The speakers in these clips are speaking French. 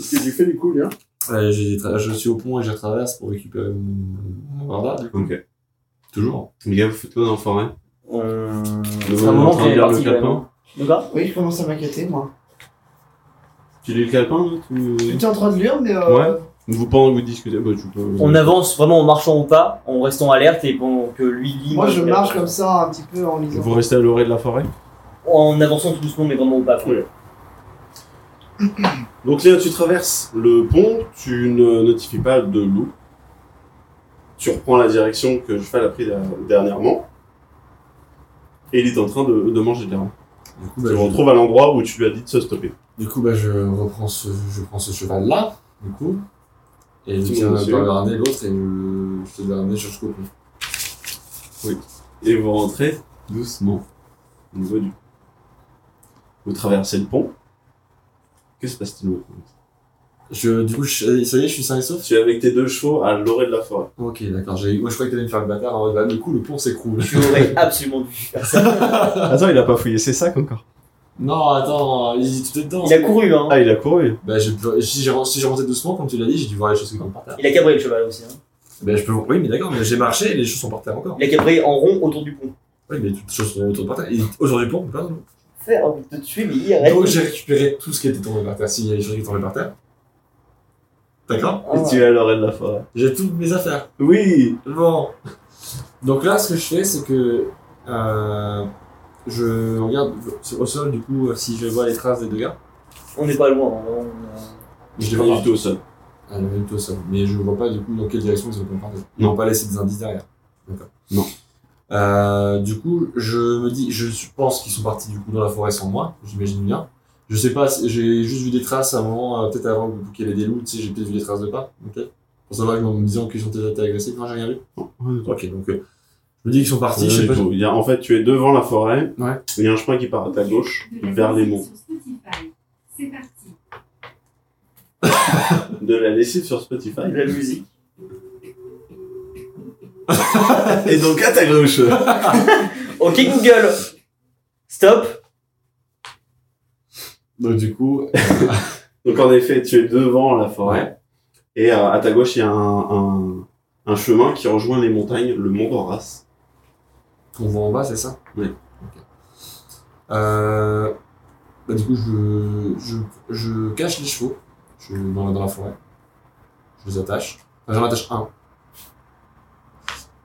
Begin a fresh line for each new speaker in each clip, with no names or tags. ce que j'ai fait du coup, bien.
Euh, j'ai tra- je suis au pont et je traverse pour récupérer mon mon Varda, du coup.
Ok.
Toujours.
Les gars, vous faites quoi dans la forêt
Euh...
Le
C'est un moment qu'on est
lire le
parti,
calepin.
vraiment. De quoi
Oui, je commence à m'inquiéter, moi.
Tu lis le calepin, là tu...
J'étais en train de lire, mais. euh,
Vous pendant que vous discutez, bah, tu peux...
On avance vraiment en marchant au pas, en restant alerte et pendant que lui lit.
Moi, je
il
marche
avance.
comme ça, un petit peu en lisant.
Vous restez à l'orée de la forêt
En avançant tout doucement, mais vraiment au pas. quoi.
Donc Léa, tu traverses le pont, tu ne notifies pas de loup. Tu reprends la direction que Jeffal a pris la- dernièrement. Et il est en train de, de manger de l'herbe.
Du coup,
Tu
bah,
le
je,
retrouves à l'endroit où tu lui as dit de se stopper.
du coup, bah, je reprends ce, je prends ce cheval-là, du coup. Et je
Petit
tiens
monsieur.
par le harnais l'autre et je, je te le ramener jusqu'au pont.
Et vous rentrez doucement au niveau du... Vous traversez le pont. Que se passe-t-il au pont
Je, du coup, je- ça y est, je suis sain et sauf.
Tu es avec tes deux chevaux à l'orée de la forêt.
Ok, d'accord. j'ai- Moi, je croyais que t'allais me faire le bâtard. en mode, bah, du coup, le pont s'écroule.
Tu aurais absolument dû faire ça.
Attends, il a pas fouillé ses sacs encore.
non, attends, il tout est dedans.
Il a couru, hein.
Ah, il a couru.
Bah, j'ai pu- si j'ai si j'ai rentré doucement, comme tu l'as dit, j'ai dû voir les choses qui sont par terre.
Il a cabré le cheval aussi. Hein.
Bah, je peux vous. Oui, mais d'accord, mais j'ai marché et les choses sont par terre encore.
Il a cabré en rond autour du pont.
Oui, mais toutes les choses sont autour de par terre. Et Aujourd'hui, pour, pardon.
Faire envie de te tuer, mais il
Donc
arrête.
j'ai récupéré tout ce qui était tombé par terre, s'il y a des choses qui tombaient par terre. D'accord
Ah,
Et tu es à l'orée de la forêt.
J'ai toutes mes affaires.
Oui
Bon. Donc là, ce que je fais, c'est que euh, je regarde au sol, du coup, si je vois les traces des deux gars.
On n'est pas loin. hein, on, euh,
Mais je les
Pas
vois
du
pas.
tout au sol.
Ah, le même tout au sol. Mais je vois pas, du coup, dans quelle direction ils ont comparé. Ils
Non.
n'ont pas laissé des indices derrière. D'accord.
Non.
Euh, du coup, je me dis, je pense qu'ils sont partis du coup dans la forêt sans moi, j'imagine bien. Je sais pas, c'est- j'ai juste vu des traces à un moment, euh, peut-être avant que- qu'il y avait des loups, tu sais, j'ai peut-être vu des traces de pas, ok Pour savoir, en me disant qu'ils ont peut-être été agressés, non, j'ai rien vu. Ok, donc euh, je me dis qu'ils sont partis,
Non,
je sais
du
pas.
tout. Il y a- en fait, tu es devant la forêt.
Ouais.
Il y a un chemin qui part à ta gauche, vers les monts.
C'est parti.
De la lessive sur Spotify.
de la musique.
Et donc à ta gauche.
Ok Google. Stop.
Donc du coup,
Donc en effet, tu es devant la forêt. Et euh, à ta gauche, il y a un, un, un chemin qui rejoint les montagnes, le mont Horace.
qu'on voit en bas, c'est ça
Oui.
Ok. Euh, bah, du coup, je, je, je cache les chevaux je, dans, la, dans la forêt. Je les attache. Enfin, j'en attache un.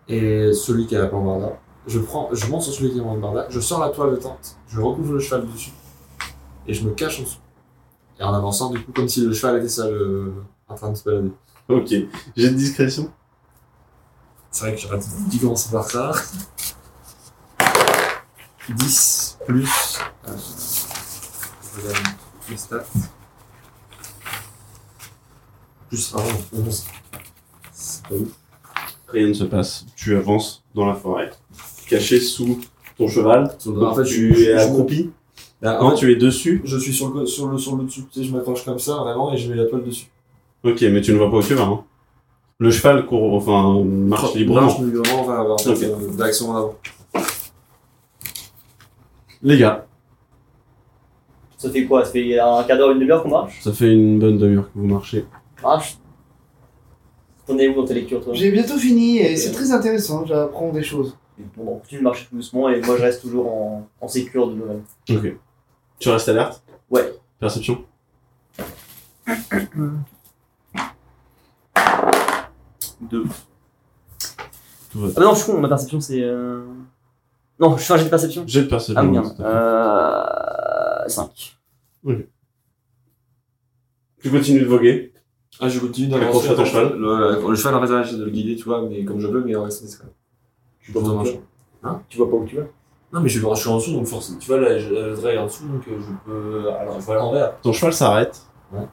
Et celui qui a la panbarda, je prends, je monte sur celui qui a la panbarda, je sors la toile de tente, je recouvre le cheval dessus, et je me cache en dessous. Et en avançant, du coup, comme si le cheval était seul, euh, en train de se balader.
Ok. J'ai de discrétion.
C'est vrai que j'aurais dû commencer par ça. 10 plus. euh, je regarde mes stats. Plus 1, 11. C'est pas ouf.
Rien ne se passe. Tu avances dans la forêt, caché sous ton cheval.
Donc, Bah, en fait,
tu
je, je-
es
je-
accroupi.
Bah, en
Non,
fait,
tu es dessus.
je suis sur le, sur le, sur le dessous. Tu sais, je m'accroche comme ça vraiment et je mets la toile dessus.
Ok, mais tu ne vois pas où tu vas. hein. Le cheval court, enfin marche
Marche
librement.
librement vers, vers
Ok.
euh, d'action en avant.
Les gars,
Ça fait quoi Ça fait un quart d'heure, une demi-heure qu'on marche
ça fait une bonne demi-heure que vous marchez.
Marche. T'en es où dans tes lectures toi
J'ai bientôt fini et c'est très intéressant, j'apprends des choses.
Mais Bon, bah, on continue de marcher tout doucement et moi je reste toujours en, en sécure de nous-mêmes.
Ok. Tu restes alerte
Ouais.
Perception
Deux.
Tout va.
Ah bah non, je suis con, ma perception c'est. Euh... Non, je fais un jet de perception.
J'ai de
Ah
perception.
merde. Euh. 5.
Tu continues de voguer.
Ah, je continue
d'avancer.
d'avancer. Le, le cheval, en fait, j'essaie de le guider, tu vois, mais comme je veux, mais en restant discret. Je suis pas dans un champ. Hein
Tu vois pas où tu vas
Non, mais je vais suis en dessous, donc forcément. Tu vois, là, je, la drague est en dessous, donc euh, je peux. Alors, je vais à l'envers.
Ton cheval s'arrête.
Ouais.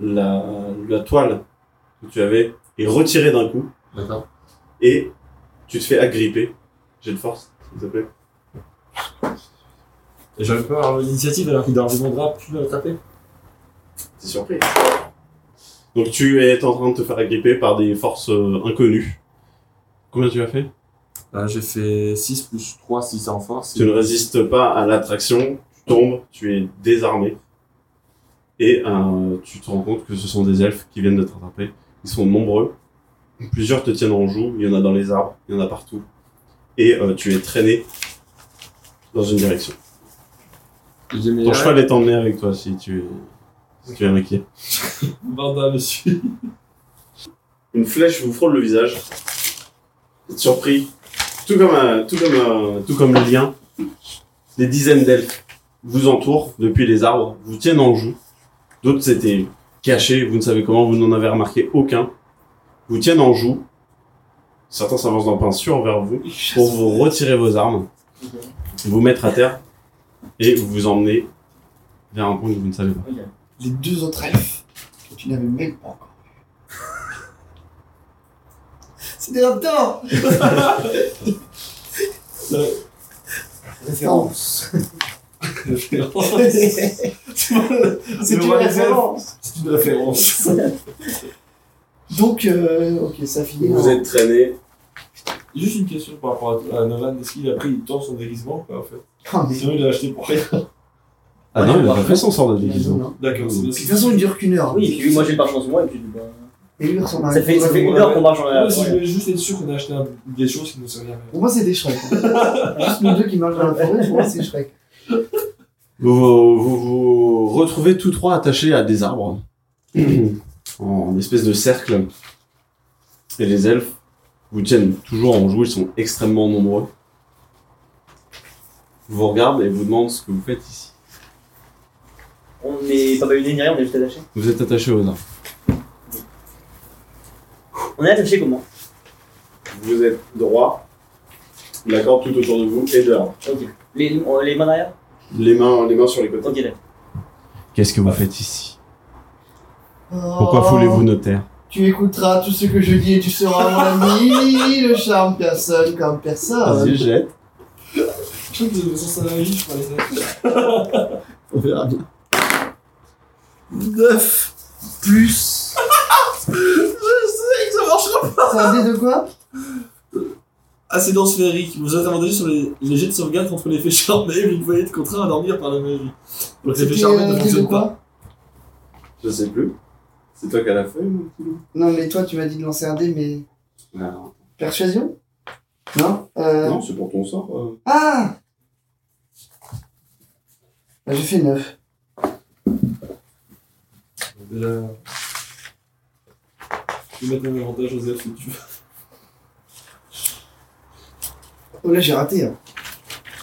La, la toile que tu avais est retirée d'un coup
D'accord.
et tu te fais agripper. J'ai de force, s'il te plaît.
Et j'avais pas avoir l'initiative alors qu'il dans mon drap, tu vas le taper.
T'es surpris. Donc tu es en train de te faire agripper par des forces euh, inconnues. Combien tu as fait
Là, Bah, j'ai fait 6 plus 3 si c'est en force.
Tu ne résistes pas à l'attraction, tu tombes, tu es désarmé. Et euh, tu te rends compte que ce sont des elfes qui viennent de t'attraper. Ils sont nombreux. Plusieurs te tiennent en joue. Il y en a dans les arbres. Il y en a partout. Et euh, tu es traîné dans une direction.
Je dis, mais
Ton
arrête.
cheval est emmené avec toi si tu es, si tu es inquiet.
Barda, monsieur.
Une flèche vous frôle le visage. Vous êtes surpris. Tout comme un, tout comme un- tout comme le lien. Des dizaines d'elfes vous entourent depuis les arbres, vous tiennent en joue. D'autres s'étaient cachés, vous ne savez comment, vous n'en avez remarqué aucun. Vous tiennent en joue. Certains s'avancent dans peinture vers vous pour vous retirer vos armes, vous mettre à terre et vous emmener vers un point que vous ne savez pas.
Les deux autres elfes que tu n'avais même pas encore vu. C'est des raptors Référence. C'est une
Le
référence.
C'est une référence.
Donc, euh, ok, ça finit.
Vous êtes traîné.
Juste une question par rapport à, à Novan. Est-ce qu'il a pris le temps son déguisement, quoi, en fait
Ah, mais-
Sinon, il l'a acheté pour rien.
Ah non, il a pas fait son sort de déguisement.
hein. De
D'accord, c'est bien.
toute façon, il dure qu'une heure.
Ah
hein.
Oui, et puis moi j'ai le parchemin moi et puis bah,
Et lui, il ressemble à un
ça fait, ça fait
gros
une heure qu'on marche en
Ouais,
arrière.
si je
Ouais.
voulais juste être sûr qu'on a acheté un- des choses qui nous servirent.
Pour moi, c'est des Shrek. Juste nous deux qui marchent dans la forêt, pour moi, c'est Shrek.
Vous vous, vous vous retrouvez tous trois attachés à des arbres, en espèce de cercle. Et les elfes vous tiennent toujours en joue, ils sont extrêmement nombreux. Ils Vous regardent et vous demandent ce que vous faites ici.
On n'est pas balayé ni rien, on est juste attaché.
Vous êtes attachés aux arbres.
On est attaché comment
Vous êtes droit, la corde tout autour de vous et de l'arbre.
Ok. Les, on- les mains derrière
Les mains, les mains sur les côtés.
Ok, d'accord.
Qu'est-ce que vous faites ici Pourquoi
Oh.
foulez-vous nos terres
Tu écouteras tout ce que je dis et tu seras mon ami. Le charme personne comme personne.
Vas-y, jette.
Je crois que vous avez sens à la vie, je crois, les gars.
On verra bien.
9 plus. C'est un dé de quoi
Ascendance féerique, vous êtes avantagé sur les, les jets de sauvegarde contre l'effet charmé, mais vous pouvez être contraint à dormir par la magie. Donc l'effet
C'était
charmé
un
ne
dé
fonctionne
de
pas.
quoi
Je sais plus. C'est toi qui as la feuille, mon petit loup
Non, mais toi, tu m'as dit de lancer un dé, mais.
Alors,
Persuasion Non euh...
Ah Non, c'est pour ton sort. euh.
Ah bah, J'ai fait 9.
Déjà. Tu peux mettre un avantage aux elfes si tu veux.
Oh là, j'ai raté. hein.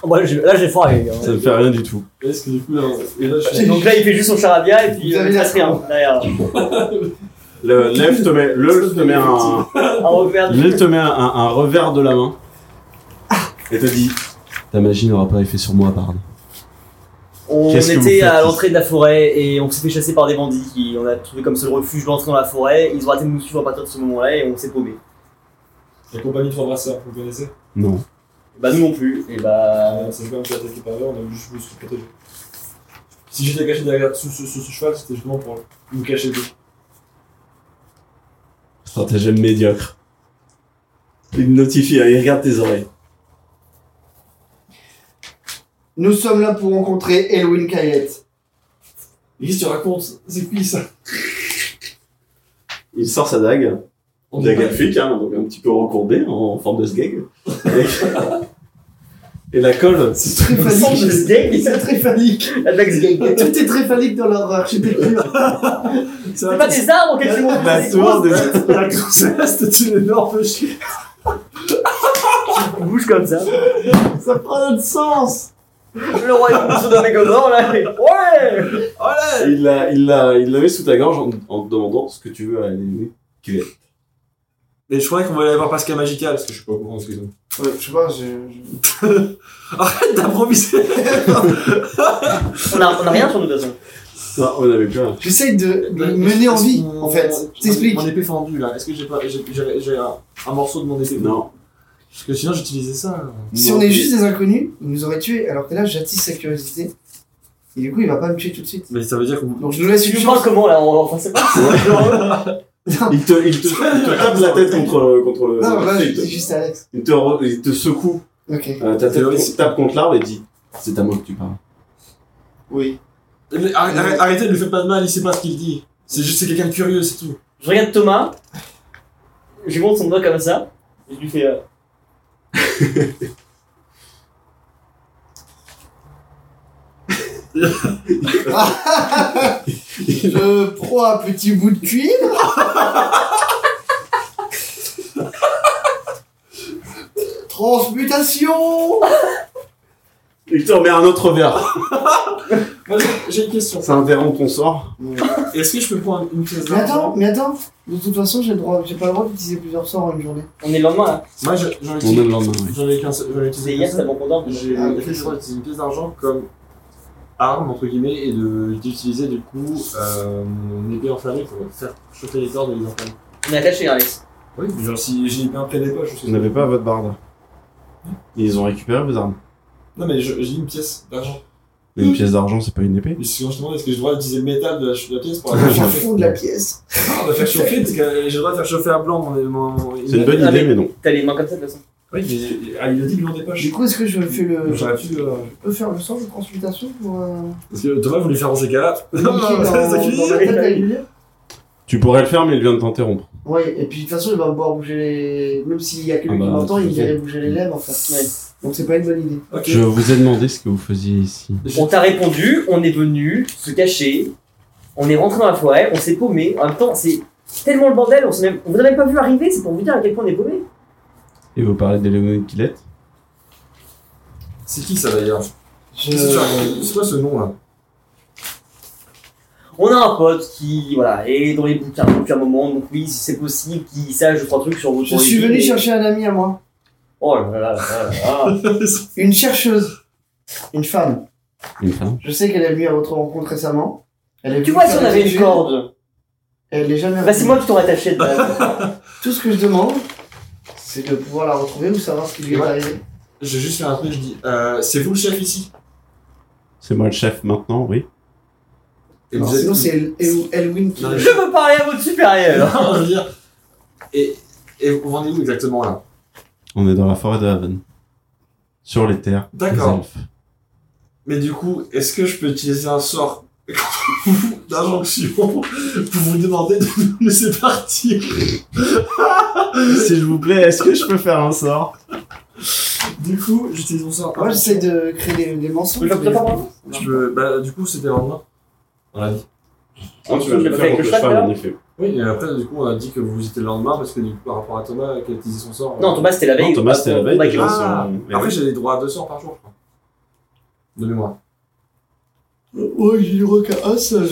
Oh, bah, là, j'ai- là j'ai froid, les gars.
Ça ne fait rien du tout.
Est-ce que du coup, là, et là, je
J'ai-
suis.
Donc là il fait juste son charabia et puis
Vous
euh,
avez
il se
la
passe rien
forme.
derrière.
Le l'elfe te met, le elfe te met un,
Un revers
l'elfe
du
te met un, un revers de la main et te dit Ta magie n'aura pas effet sur moi, pardon.
On
Qu'est-ce que vous
était
faites
à l'entrée de la forêt et on s'est fait chasser par des bandits qui on a trouvé comme seul refuge l'entrée dans la forêt. Ils ont raté de nous suivre à partir de ce moment-là et on s'est paumé.
La compagnie de trois brasseurs, vous connaissez Euh,
Non.
Bah nous non plus. Et bah
C'est quand même fait attaquer par eux, on a juste voulu se protéger. Si j'étais caché derrière sous, sous- sous ce cheval, c'était justement pour nous cacher d'eux.
Stratagème médiocre. Il te notifie, hein, il regarde tes oreilles.
Nous sommes là pour rencontrer Elwin Kayette.
Mais qu'est-ce que tu racontes C'est qui ça
Il sort sa dague,
On
dague
est-
elfique, hein, donc un petit peu recourbée en forme de sgeg. Et- et la colle,
C'est très
Sans le
phallique.
sgeg, mais
C'est très phallique.
la Dax
Tout
Gang.
est très phallique dans leur architecture.
C'est pas des arbres auxquels tu montes
la
c'est des
source
grosses
des.
La grossesse, c'est une énorme chienne.
bouches comme ça.
Ça
Oh,
prend notre sens.
Le roi est sur de Mégodor là. et- Ouais
Il la, il la, il la met sous ta gorge en, en te demandant ce que tu veux à l'ennemi.
Mais je croyais qu'on allait avoir Pascal Magical, parce que je suis pas au courant de ce qu'ils ont.
Ouais, je sais pas, je. je-
Arrête d'improviser
On a, on a rien sur nous de toute façon.
Ça, on n'avait plus rien.
J'essaye de le mener en vie, en fait. Je t'explique.
Mon épée fendue là, est-ce que j'ai pas. J'ai, j'ai- j'ai un, un morceau de mon épée
Non.
Parce que sinon j'utilisais ça. là.
Si
Non.
on est juste des inconnus, ils nous auraient tués, alors que là, j'attise sa curiosité. Et du coup, il va pas me tuer tout de suite.
Mais ça veut dire qu'on.
Donc, je nous laisse
Tu
une
nous
chance.
parles comment là On enfin, c'est pas.
Il te, il te, il te tape la tête contre, le- contre le.
Non, là,
il,
je
te,
dis juste Alex.
il te re- il te secoue
Ok.
euh, ta tête,
Théorie,
contre-
c'est-
tape contre l'arbre et dit C'est à moi que tu parles.
Oui.
Mais arrête- arrête- Arrêtez, ne lui faites pas de mal, il sait pas ce qu'il dit. C'est juste c'est quelqu'un de curieux, c'est tout.
Je regarde Thomas, je lui montre son doigt comme ça, et je lui fais. euh,
Je prends un petit bout de cuivre. Transmutation
Il te remet un autre verre.
Moi, j'ai- j'ai une question.
C'est un verre en ton sort.
Est-ce que je peux prendre une pièce
Mais attends,
d'argent
mais attends, de toute façon, j'ai le droit, j'ai pas le droit d'utiliser plusieurs sorts en une journée.
On est le lendemain là.
Moi, je- j'en ai
On est le
utilisé.
lendemain, oui.
J'en ai qu'un seul- j'en ai utilisé
C'est
qu'un
hier, c'est
seul.
bon content.
J'ai
Ah, ok.
j'ai le choix d'utiliser une pièce d'argent comme arme, entre guillemets, et de- d'utiliser du coup euh, mon épée enflammée pour faire chauffer les cordes et les enflammer.
On est attaché, Alex.
Oui, mais genre si j'ai bien plein des poches, je sais
Vous n'avez pas votre barde. Ils ont récupéré vos armes.
Non, mais je- j'ai une pièce d'argent.
Mais une pièce d'argent, c'est pas une épée.
Mais si je te demande, est-ce que j'ai le droit d'utiliser le métal de la, ch- de la pièce pour la
Au
faire chauffer
fond de la pièce.
Ah, bah faire chauffer, parce que euh, j'ai le droit de faire chauffer à blanc mon. mon-
C'est une bonne
Ah,
idée,
mais-
mais non.
T'as les mains comme ça de toute façon.
Oui, mais ah, il a dit qu'il en des poches.
Du coup, est-ce que je fais le.
J'aurais pu. euh,
Je peux faire le sort de transmutation pour. Euh,
Parce que Thomas voulait faire ranger Gala.
niquer dans,
ça
dans la
cuit.
tête à Julia
Tu pourrais le faire, mais il vient de t'interrompre.
Ouais, et puis de toute façon, il va me voir bouger les. Même s'il y a quelqu'un
Ah
qui
bah,
m'entend, il
c'est
verrait bouger les lèvres en fait.
Ouais.
Donc c'est pas une bonne idée.
Ok.
Je vous ai demandé ce que vous faisiez ici.
On t'a répondu, on est venu se cacher, on est rentré dans la forêt, on s'est paumé. En même temps, c'est tellement le bordel, on, s'est même, on vous a même pas vu arriver, c'est pour vous dire à quel point on est paumé.
Et vous parlez d'Eléonore Killette
C'est qui ça d'ailleurs
Je...
Qu'est-ce que tu as- C'est quoi ce nom là
On a un pote qui, voilà, est dans les bouquins depuis un moment, donc oui, si c'est possible, qu'il sache deux, trois trucs sur votre
Je suis
origine,
venu
mais-
chercher un ami à moi.
Oh là là là là là.
Une chercheuse. Une femme.
Une femme
Je sais qu'elle est venue à votre rencontre récemment. Elle est
tu
venue
vois, si
faire
on avait
des
une
études.
corde,
Elle n'est jamais
bah c'est
revenue.
moi qui t'aurais attaché de base.
Tout ce que je demande, c'est de pouvoir la retrouver ou savoir ce qui lui est
Ouais.
arrivé.
J'ai juste fait un truc, je dis euh, C'est vous le chef ici
C'est moi le chef maintenant, oui.
Et
Non,
vous êtes-
sinon, c'est El- El- Elwin qui.
Non,
Je veux parler à votre supérieur.
Non, je veux dire. Et, et vous rendez vous exactement là
On est dans la forêt de Haven. Sur les terres. des
D'accord.
elfes.
Mais du coup, est-ce que je peux utiliser un sort d'injonction pour vous demander de nous laisser partir
S'il vous plaît, est-ce que je peux faire un sort
Du coup, j'utilise mon sort.
Moi, j'essaie de créer des, des mensonges.
Je le fais pas moi.
Je peux- bah, du coup, c'était le lendemain. On l'a dit.
Non, tu vas le faire
Avec
contre
le
le
cheval,
cheval,
là
en effet.
Oui, et après, du coup, on a dit que vous étiez le lendemain parce que du coup, par rapport à Thomas qui a utilisé son sort.
Non, Thomas c'était la veille.
Non, Thomas, c'était la veille,
Bah,
déjà.
Ah,
son- mais
après,
oui.
j'ai des droits à deux sorts par jour, je crois. De mémoire.
Ouais, j'ai eu requin un seul.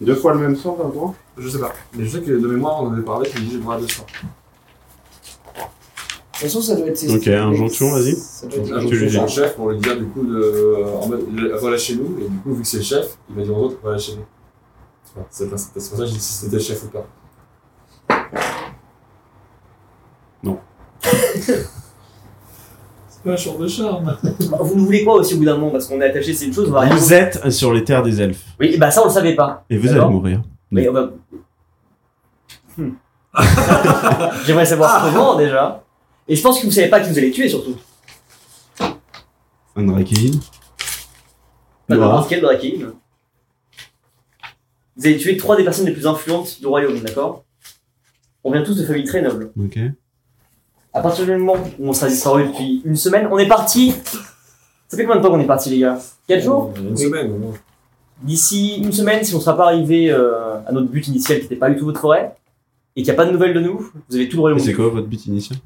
Deux fois le même sort, hein, d'un droit
Je sais pas. Mais je sais que de mémoire, on en avait parlé, tu me dis j'ai droit à deux sorts.
De toute façon, ça doit être.
Ok, injonction, vas-y.
Ça doit être-
Là,
Ah, Tu
je
lui
suis
dis.
le chef pour lui dire, du coup, de. En mode, le- relâchez-nous. Et du coup, vu que c'est le chef, il va dire aux autres, relâchez-nous. Tu vois, C'est pas- c'est pour ça que je dis si c'était le chef ou pas.
Non.
c'est pas un champ de charme.
Vous nous voulez quoi aussi au bout d'un moment Parce qu'on est attaché, c'est une chose, on va rien.
Vous êtes sur les terres des elfes.
Oui, bah ça on le savait pas.
Et vous
D'accord.
allez mourir.
Mais on va- Hmm.
Hmm.
J'aimerais savoir
Ah.
comment déjà. Et je pense que vous savez pas qui vous allez tuer surtout.
Un Drakeid.
Pas
Noir.
n'importe quel Drakein. Vous allez tuer trois des personnes les plus influentes du royaume, d'accord On vient tous de familles très nobles.
Ok.
À partir du moment où on sera disparu depuis une semaine, on est parti Ça fait combien de temps qu'on est parti les gars 4 jours
Euh, Une
Oui.
semaine, au moins.
D'ici une semaine, si on ne sera pas arrivé euh, à notre but initial qui n'était pas du tout votre forêt, et qu'il n'y a pas de nouvelles de nous, vous avez tout le
Mais
royaume.
c'est quoi votre but initial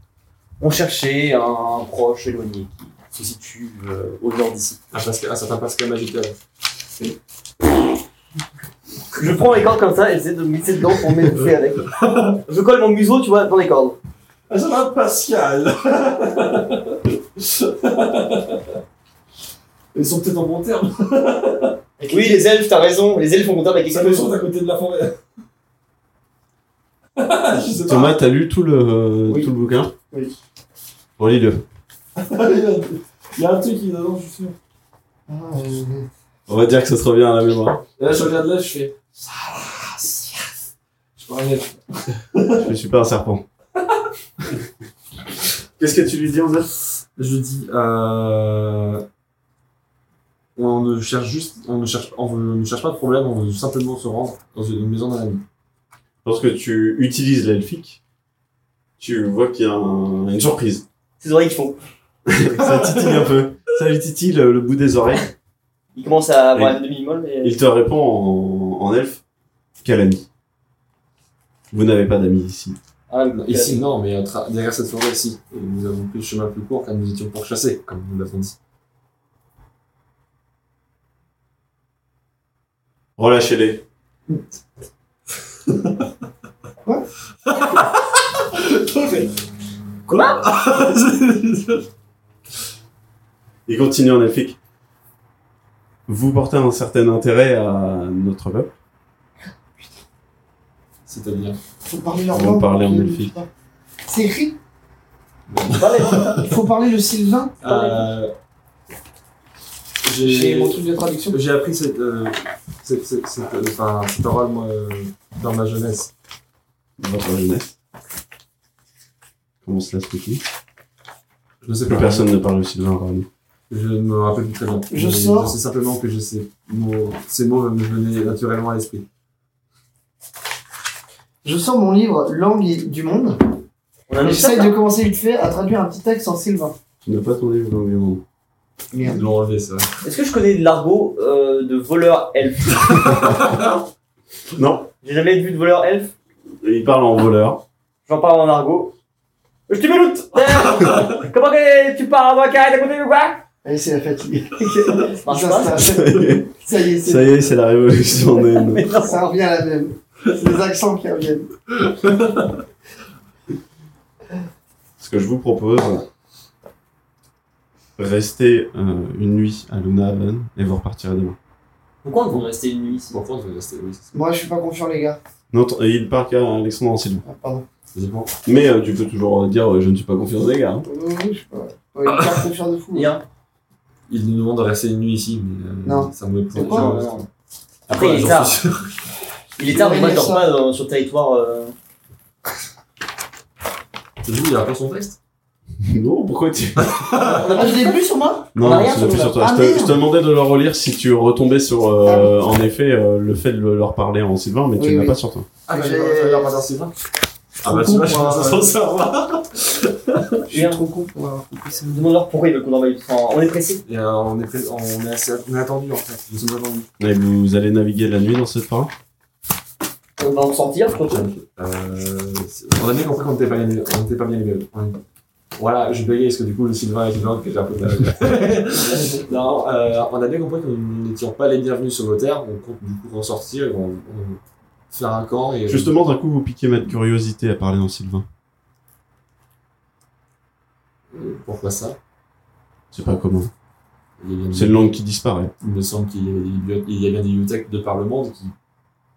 On cherchait un proche éloigné qui se situe euh, au nord d'ici.
Un, Pascal, un certain Pascal Magical.
Je prends les cordes comme ça et j'essaie de me glisser dedans pour m'étouffer avec. Je colle mon museau, tu vois, dans les cordes.
Un certain Pascal Ils sont peut-être en bon terme.
Oui, les elfes, t'as raison. Les elfes ont monté avec
Ça me semble à côté de la forêt. Ah, Je sais pas.
Thomas, t'as lu tout le, euh,
Oui.
tout le bouquin
Oui.
Relis-le.
Il y a un truc qui est dedans, je suis sûr.
Ah, euh,
On va dire que ça se revient à la mémoire.
Et là, je regarde là, je fais. Ça va, si. Je peux rien.
Je suis pas un serpent.
Qu'est-ce que tu lui dis, Anza Je dis. Euh... On ne cherche juste, on ne cherche, on veut- on ne cherche pas de problème, on veut simplement se rendre dans une maison d'un ami.
Lorsque tu utilises l'elfique, tu vois qu'il y a un- une surprise.
Ses oreilles qui font.
ça titille un peu. Ça lui titille le, le bout des oreilles.
Il commence à avoir
Oui.
une demi-molle. Et...
Il te répond en, en elfe. Quel ami Vous n'avez pas d'amis ici.
Ah,
euh,
ici, non, mais à tra- derrière cette forêt ici. Et nous avons pris le chemin plus court car nous étions pourchassés, comme nous l'avons dit.
Relâchez-les. Il continue en elfique. Vous portez un certain intérêt à notre peuple.
C'est-à-dire.
Faut parler leur
On va
langue.
parler en
Je-
elfique.
je sais pas. C'est écrit.
Parlez.
Faut parler le sylvain.
Euh,
J'ai mon truc de traduction.
J'ai appris cette, euh, cette, cette, cette, euh, enfin, cette parole moi, euh, dans ma jeunesse.
dans Votre jeunesse. Comment cela se fait
Je ne sais
Plus
pas.
personne ne parle aussi sylvain encore nous.
Je ne me rappelle plus très bien.
Je
Mais
sors.
Je sais simplement que je sais. Mots, ces mots me venaient naturellement à l'esprit.
Je sors mon livre Langue et- du monde.
On a un
et
autre
J'essaye
chat,
de
hein.
commencer vite fait à traduire un petit texte en sylvain.
Tu n'as pas ton livre dans le monde.
Ils
Merde.
l'ont enlevé, c'est vrai.
Est-ce que je connais de l'argot euh, de voleur elfe
Non,
J'ai jamais vu de voleur elfe.
il parle en voleur.
J'en parle en argot. Je te mets Terre Comment que tu parles à moi carré à côté ou quoi
Allez, c'est la fatigue.
Ça marche pas.
Ça,
Ça y est,
ça y est,
ça
c'est-
y est, c'est la révolution naine.
Mais non.
ça revient à la même. C'est les accents qui reviennent.
Ce que je vous propose, restez euh, une nuit à Lunahaven et vous repartirez demain.
Pourquoi on devrait rester une nuit ici
Pourquoi on devait rester Oui, c'est ça.
Moi, je suis pas confiant, les gars.
Non, t- et il parle qu'à Alexandre en Sylvain.
Ah, pardon.
C'est bon.
Mais euh, tu peux toujours euh, dire euh, je ne suis pas confiant des gars. hein.
Oui, oui, je suis pas. Ouais, je suis pas confiant de fou.
Bien.
Ils nous demandent de rester une nuit ici, mais euh,
Non.
ça me
C'est quoi,
Genre,
non, non.
euh,
Après,
voilà,
il est
j'en
tard.
suis sûr.
Il est tard, mais moi je dors
Ça.
pas dans- sur le territoire. euh,
Du coup, il a pas son texte.
non, pourquoi tu.
Ah, je l'ai plus sur moi
Non,
On a
non,
rien
c'est
sur
plus
le-
sur toi.
Ah,
je, te,
merde.
je te demandais de leur relire si tu retombais sur, euh, en effet, euh, le fait de leur parler en Sylvain, mais tu
Oui,
ne l'as
oui.
pas sur toi.
Ah,
bah,
bah,
j'ai-
j'ai pas pas Sylvain. Ah, bah, tu vois, je
Pour,
pense
euh,
à s'en savoir.
Je suis
Bien.
trop con pour avoir compris ça.
Demande-leur pourquoi ils veulent qu'on dorme. Enfin, on est pressé.
Et euh, on est, pré- on est assez on est attendu en fait. Nous sommes attendus.
Et vous allez naviguer la nuit dans cette forêt
On va en sortir, trop tôt.
Euh, c'est- on a bien compris qu'on n'était pas bien les on n'était pas bien les mêmes. On- Voilà, je bégayais parce que du coup le Sylvain est une langue que j'ai un peu de mal. Non, euh, on a bien compris que nous n'étions pas les bienvenus sur nos terres. On compte du coup en sortir et on, on faire un camp et.
Justement, d'un coup, vous piquez ma curiosité à parler en Sylvain.
Euh, Pourquoi ça
C'est pas commun.
il y, a bien
C'est
des,
une langue qui disparaît.
il me semble qu'il y avait des bibliothèques, il y a bien des bibliothèques de par le monde qui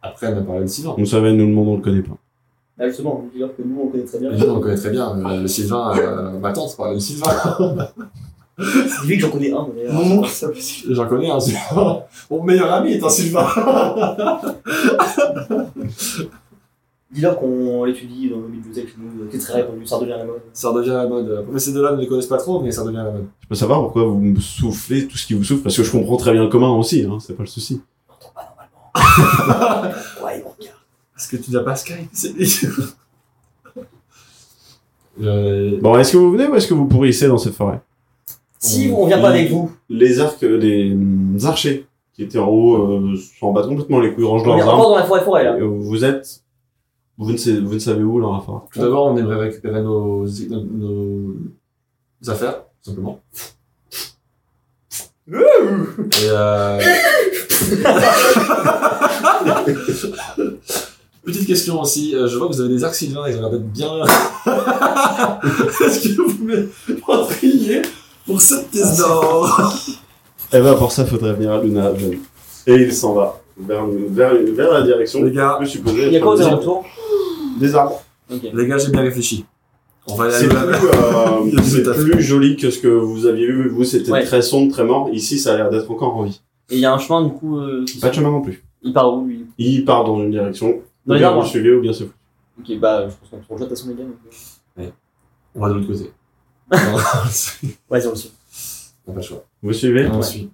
apprennent à parler de Sylvain.
Vous savez, nous, le monde, on le connaît pas.
Bah, justement, je veux dire que nous on connaît très bien.
Évidemment, on connaît très bien euh, le Sylvain, euh, ma tante parlait de Sylvain.
C'est lui que j'en connais un d'ailleurs.
Mon oncle, ça aussi.
J'en connais un Sylvain. Mon meilleur ami est un Sylvain.
Dis-leur qu'on l'étudie dans nos bibliothèques chez nous, euh, qui est très répandu, ça redevient la mode.
Ça redevient la mode. Mais ces deux-là ne les connaissent pas trop, mais ça redevient la mode.
Je peux savoir pourquoi vous me soufflez tout ce qui vous souffle, parce que je comprends très bien le commun aussi, hein, c'est pas le souci.
On n'entend pas normalement. ouais, ils vont bien.
Parce que tu n'as pas Skype, c'est bizarre. Euh,
Bon, est-ce que vous venez ou est-ce que vous pourrissez dans cette forêt
Si on vient pas avec vous,
Les arcs, les hum, archers qui étaient en haut euh, s'en battent complètement les couilles, rangent
on est
leurs armes.
encore dans la forêt forêt là.
Euh, Vous êtes. Vous ne, savez, vous ne savez où, Laura Farr
tout d'abord, on aimerait récupérer nos, nos, nos affaires, tout simplement. Et euh... Petite question aussi, euh, je vois que vous avez des arcs sylvains, ils ont l'air d'être bien. Est-ce que vous m'entriez pour cette pièce d'or
Eh ben, pour ça, faudrait venir à Luna Haven. Et il s'en va. Vers, vers, vers la direction.
Les gars,
Je supposais.
Il y a quoi aux
des,
alentours
des arbres.
Ok.
les gars, j'ai bien réfléchi. On va aller à
C'est plus,
la-
euh,
Il y a
c'est
tout à fait.
plus joli que ce que vous aviez vu. Vous, c'était
Ouais.
très sombre, très mort. Ici, ça a l'air d'être encore en vie.
Et il y a un chemin du coup. euh, qui
Pas de
sort.
chemin non plus.
Il part où lui
Il part dans une direction.
Dans
ou
les
bien
arbres.
vous le suivez ou bien c'est fou.
Ok, bah je pense qu'on se rejoint de toute façon les gars. donc, euh.
On va de l'autre côté. on n'a
Vas-y, on le suit.
pas le choix.
Vous suivez
On
Ouais.
suit.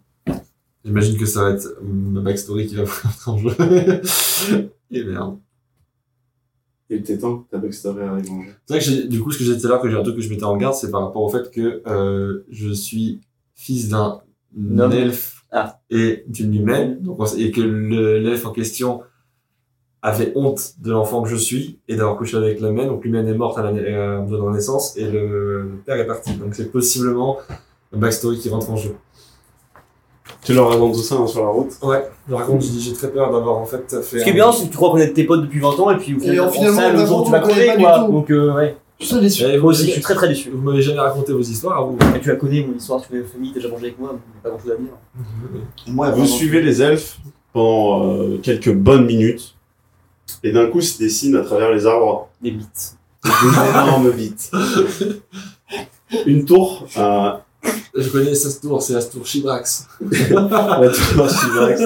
J'imagine que ça va être ma backstory qui va prendre en jeu. Et merde.
Il était temps que ta backstory arrive en jeu.
C'est vrai que j'ai- du coup, ce que j'ai dit tout à l'heure, que j'ai un truc que je mettais en garde, c'est par rapport au fait que euh, je suis fils d'un
Nomme.
elfe
Ah.
et d'une humaine, donc, et que le- l'elfe en question avait honte de l'enfant que je suis et d'avoir couché avec la mène. Donc l'humaine est morte à la, na- euh, en me donnant naissance et le, le père est parti. Donc c'est possiblement la backstory qui rentre en jeu.
Tu leur racontes tout ça hein, sur la route.
Je raconte, je dis j'ai très peur d'avoir en fait fait.
Ce qui est
un-
bien, c'est que tu crois connaître tes potes depuis 20 ans et puis au
Et
final,
en finalement,
ça, le
on
jour où tu vas
apprend qu'on
crever,
connaît
quoi.
pas du tout.
Donc, euh, ouais.
Je suis déçu.
Eh, vous
Moi aussi, je suis
aussi,
très très déçu.
vous m'avez jamais raconté vos histoires, à vous.
Et tu la connais, mon histoire, tu connais ma famille, t'as déjà mangé avec moi, mais pas grand chose à dire.
Moi,
Vous suivez les elfes pendant euh, quelques bonnes minutes. Et d'un coup, se dessine à travers les arbres
Des mythes.
une énorme bite. Une tour, euh,
Je connais cette tour, c'est la tour Chibrax.
la tour Chivax.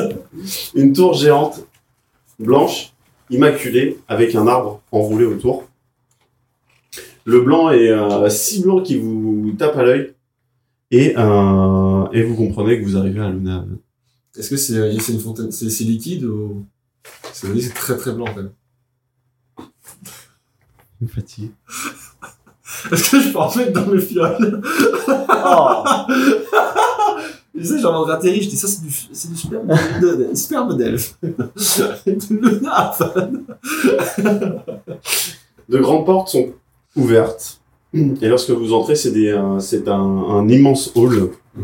Une tour géante, blanche, immaculée, avec un arbre enroulé autour. Le blanc est euh, si blanc qu'il vous tape à l'œil. Et, euh, et vous comprenez que vous arrivez à Luna.
Est-ce que c'est euh, c'est une fontaine C'est c'est liquide ou Ça veut dire que c'est très très blanc quand même.
Je suis fatigué.
Est-ce que je peux en mettre dans mes fioles
Oh,
Tu sais, j'en ai atterri, je dis ça c'est du, c'est du sperme de- de- sperme d'elfe. de Luna
De grandes portes sont ouvertes. Et lorsque vous entrez, c'est des, euh, c'est un, un immense hall.
ok.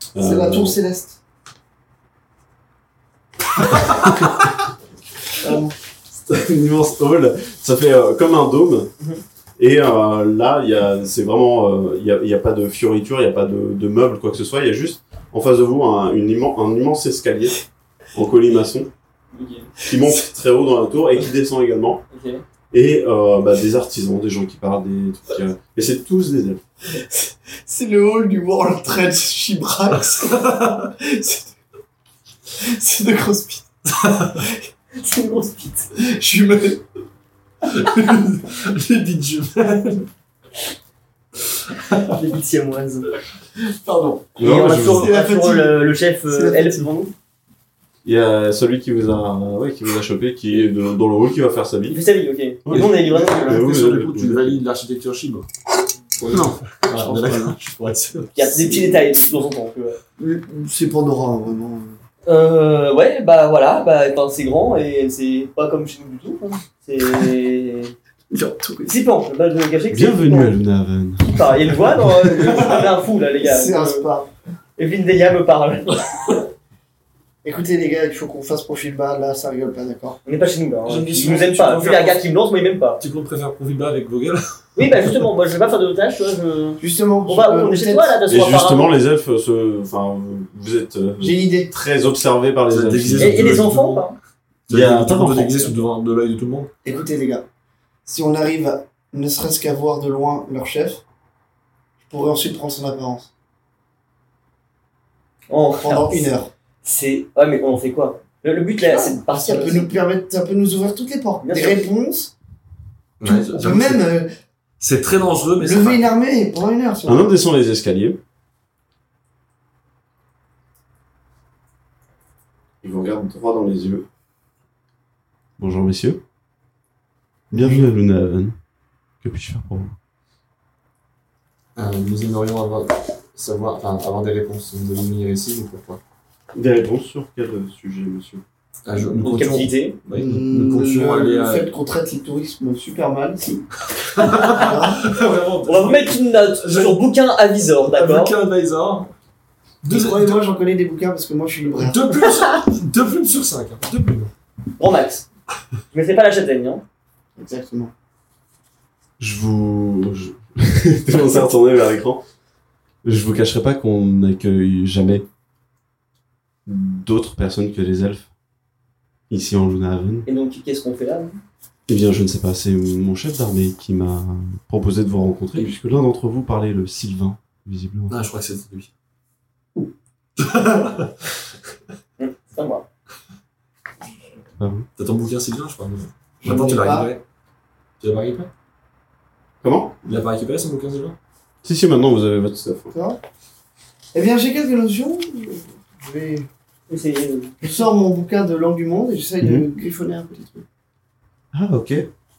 C'est la
Euh,
tour céleste. Euh,
C'est un immense hall. Ça fait euh, comme un dôme.
Mhm.
Et euh, là, il y a- c'est vraiment, euh, il n'y a, il y a pas de fioriture, il n'y a pas de, de meubles, quoi que ce soit. Il y a juste en face de vous un, une immen- un immense escalier en colimaçon
Ok.
qui monte très haut dans la tour et qui descend également.
Ok.
Et euh, bah, des artisans, des gens qui parlent, des trucs. euh, et c'est tous des elfes.
C'est le hall du World Trade Chibrax. C'est- C'est de grosses pites.
C'est une grosse pite.
Je suis mal-
Les dites jumelles
Des pites siamoises.
Pardon.
Et
Non,
on
mais
a
je
toujours,
vous-
C'est la
on a toujours
fatigue.
le, le chef euh,
C'est la
elfe devant nous.
Il y a celui qui vous a, ouais, qui vous a chopé, qui est de- dans le hall, qui va faire sa
Il
vie.
fait sa vie, ok. Et
Oui.
nous, on est livrés.
Euh,
Est-ce que
oui,
sur le
oui,
coup,
oui.
tu valides l'architecture chibre
Non.
Ah,
pense
on est
pas,
d'accord, je pourrais être sûr.
Il y a des petits détails de temps en temps. que-
C'est Pandora, hein, vraiment.
Euh, ouais, bah voilà, bah, ben, c'est grand et c'est pas comme chez nous du tout. hein. C'est. C'est plan, je vais pas le cacher que c'est flippant.
Lunaven.
Putain, Il y a une voix dans. euh, je suis un fou là, les gars.
C'est un
Euh,
spa.
Evelyne Delia me parle.
Écoutez les gars, il faut qu'on fasse profil bas, là ça rigole pas, d'accord
On n'est pas chez nous là.
J'ai
Hein.
une
Ils
question,
nous aiment
tu
pas.
peux
Vu
faire
la regards qui me lance, moi ils m'aiment pas.
Tu comptes préfère Proviba avec vos gueules
Oui, bah justement, moi je vais pas faire de otage, tu vois. Je...
Justement,
Bon bah,
euh,
on est chez
peut-être-
toi là, de
Et
toute façon,
justement,
apparemment.
les elfes, se, enfin, vous- vous êtes euh,
j'ai une idée.
très observés par les
Vous êtes
elfes.
déguisés
Et, et les
Tout le
enfants,
monde.
pas
Il y a un tas
d'enfants.
déguisé sous devant de l'œil de tout le monde.
Écoutez les gars, si on arrive à- ne serait-ce qu'à voir de loin leur chef, je pourrais ensuite prendre son apparence.
Oh,
Pendant une heure.
C'est. Ouais, mais on fait quoi le, le but là, c'est de
Ça
partir.
peut nous permettre, ça peut nous ouvrir toutes les portes.
Bien
Des
sûr.
réponses,
Ouais,
on peut
j'avoue,
même
c'est-
euh,
C'est très dangereux, mais c'est
lever une armée pendant une heure. si on
Un
Ah
veut.
homme descend les escaliers. Il vous regarde droit dans les yeux. Bonjour messieurs. Bienvenue à Luna Haven. Que puis-je faire pour vous
Euh, nous aimerions avoir, savoir, enfin, avoir des réponses. Nous devons venir ici, donc pourquoi
Des réponses sur quel euh, sujet, monsieur
Ah, je- nous
En
comptions,
captivité.
oui, bah, nous, nous
Mmh,
comptions
le,
aller
le
à...
fait qu'on traite les tourismes super mal, si.
Vraiment,
On va vous mettre une note
Je-
sur bouquin avisor, d'accord
Avec un advisor. Deux, deux,
moi j'en connais des bouquins parce que moi je suis libraire.
deux plumes, sur- deux plumes sur cinq. hein, Deux plumes.
Grand max. Je mettrai pas la châtaigne, hein.
Exactement.
Je vous. Je... Tout s'est retourné vers l'écran. Je vous cacherai pas qu'on n'accueille jamais d'autres personnes que les elfes ici en Lunaven.
Et donc, qu'est-ce qu'on fait là nous
Eh bien, je ne sais pas, c'est mon chef d'armée qui m'a proposé de vous rencontrer, puisque l'un d'entre vous parlait le Sylvain, visiblement.
Ah, je crois que c'était lui.
C'est pas moi.
T'as ton bouquin, c'est bien, je crois. mais-
Je
Attends, tu
n'ai
l'as
pas-
récupéré. Tu l'as pas récupéré
Comment
Il l'a pas récupéré, son bouquin, Sylvain
hein. Si, si, maintenant vous avez votre stuff.
Ça va Eh bien, j'ai quelques notions. Je vais
Et c'est-
Je sors mon bouquin de langue du monde et j'essaye de
Mhm.
griffonner un petit truc.
Ah, ok.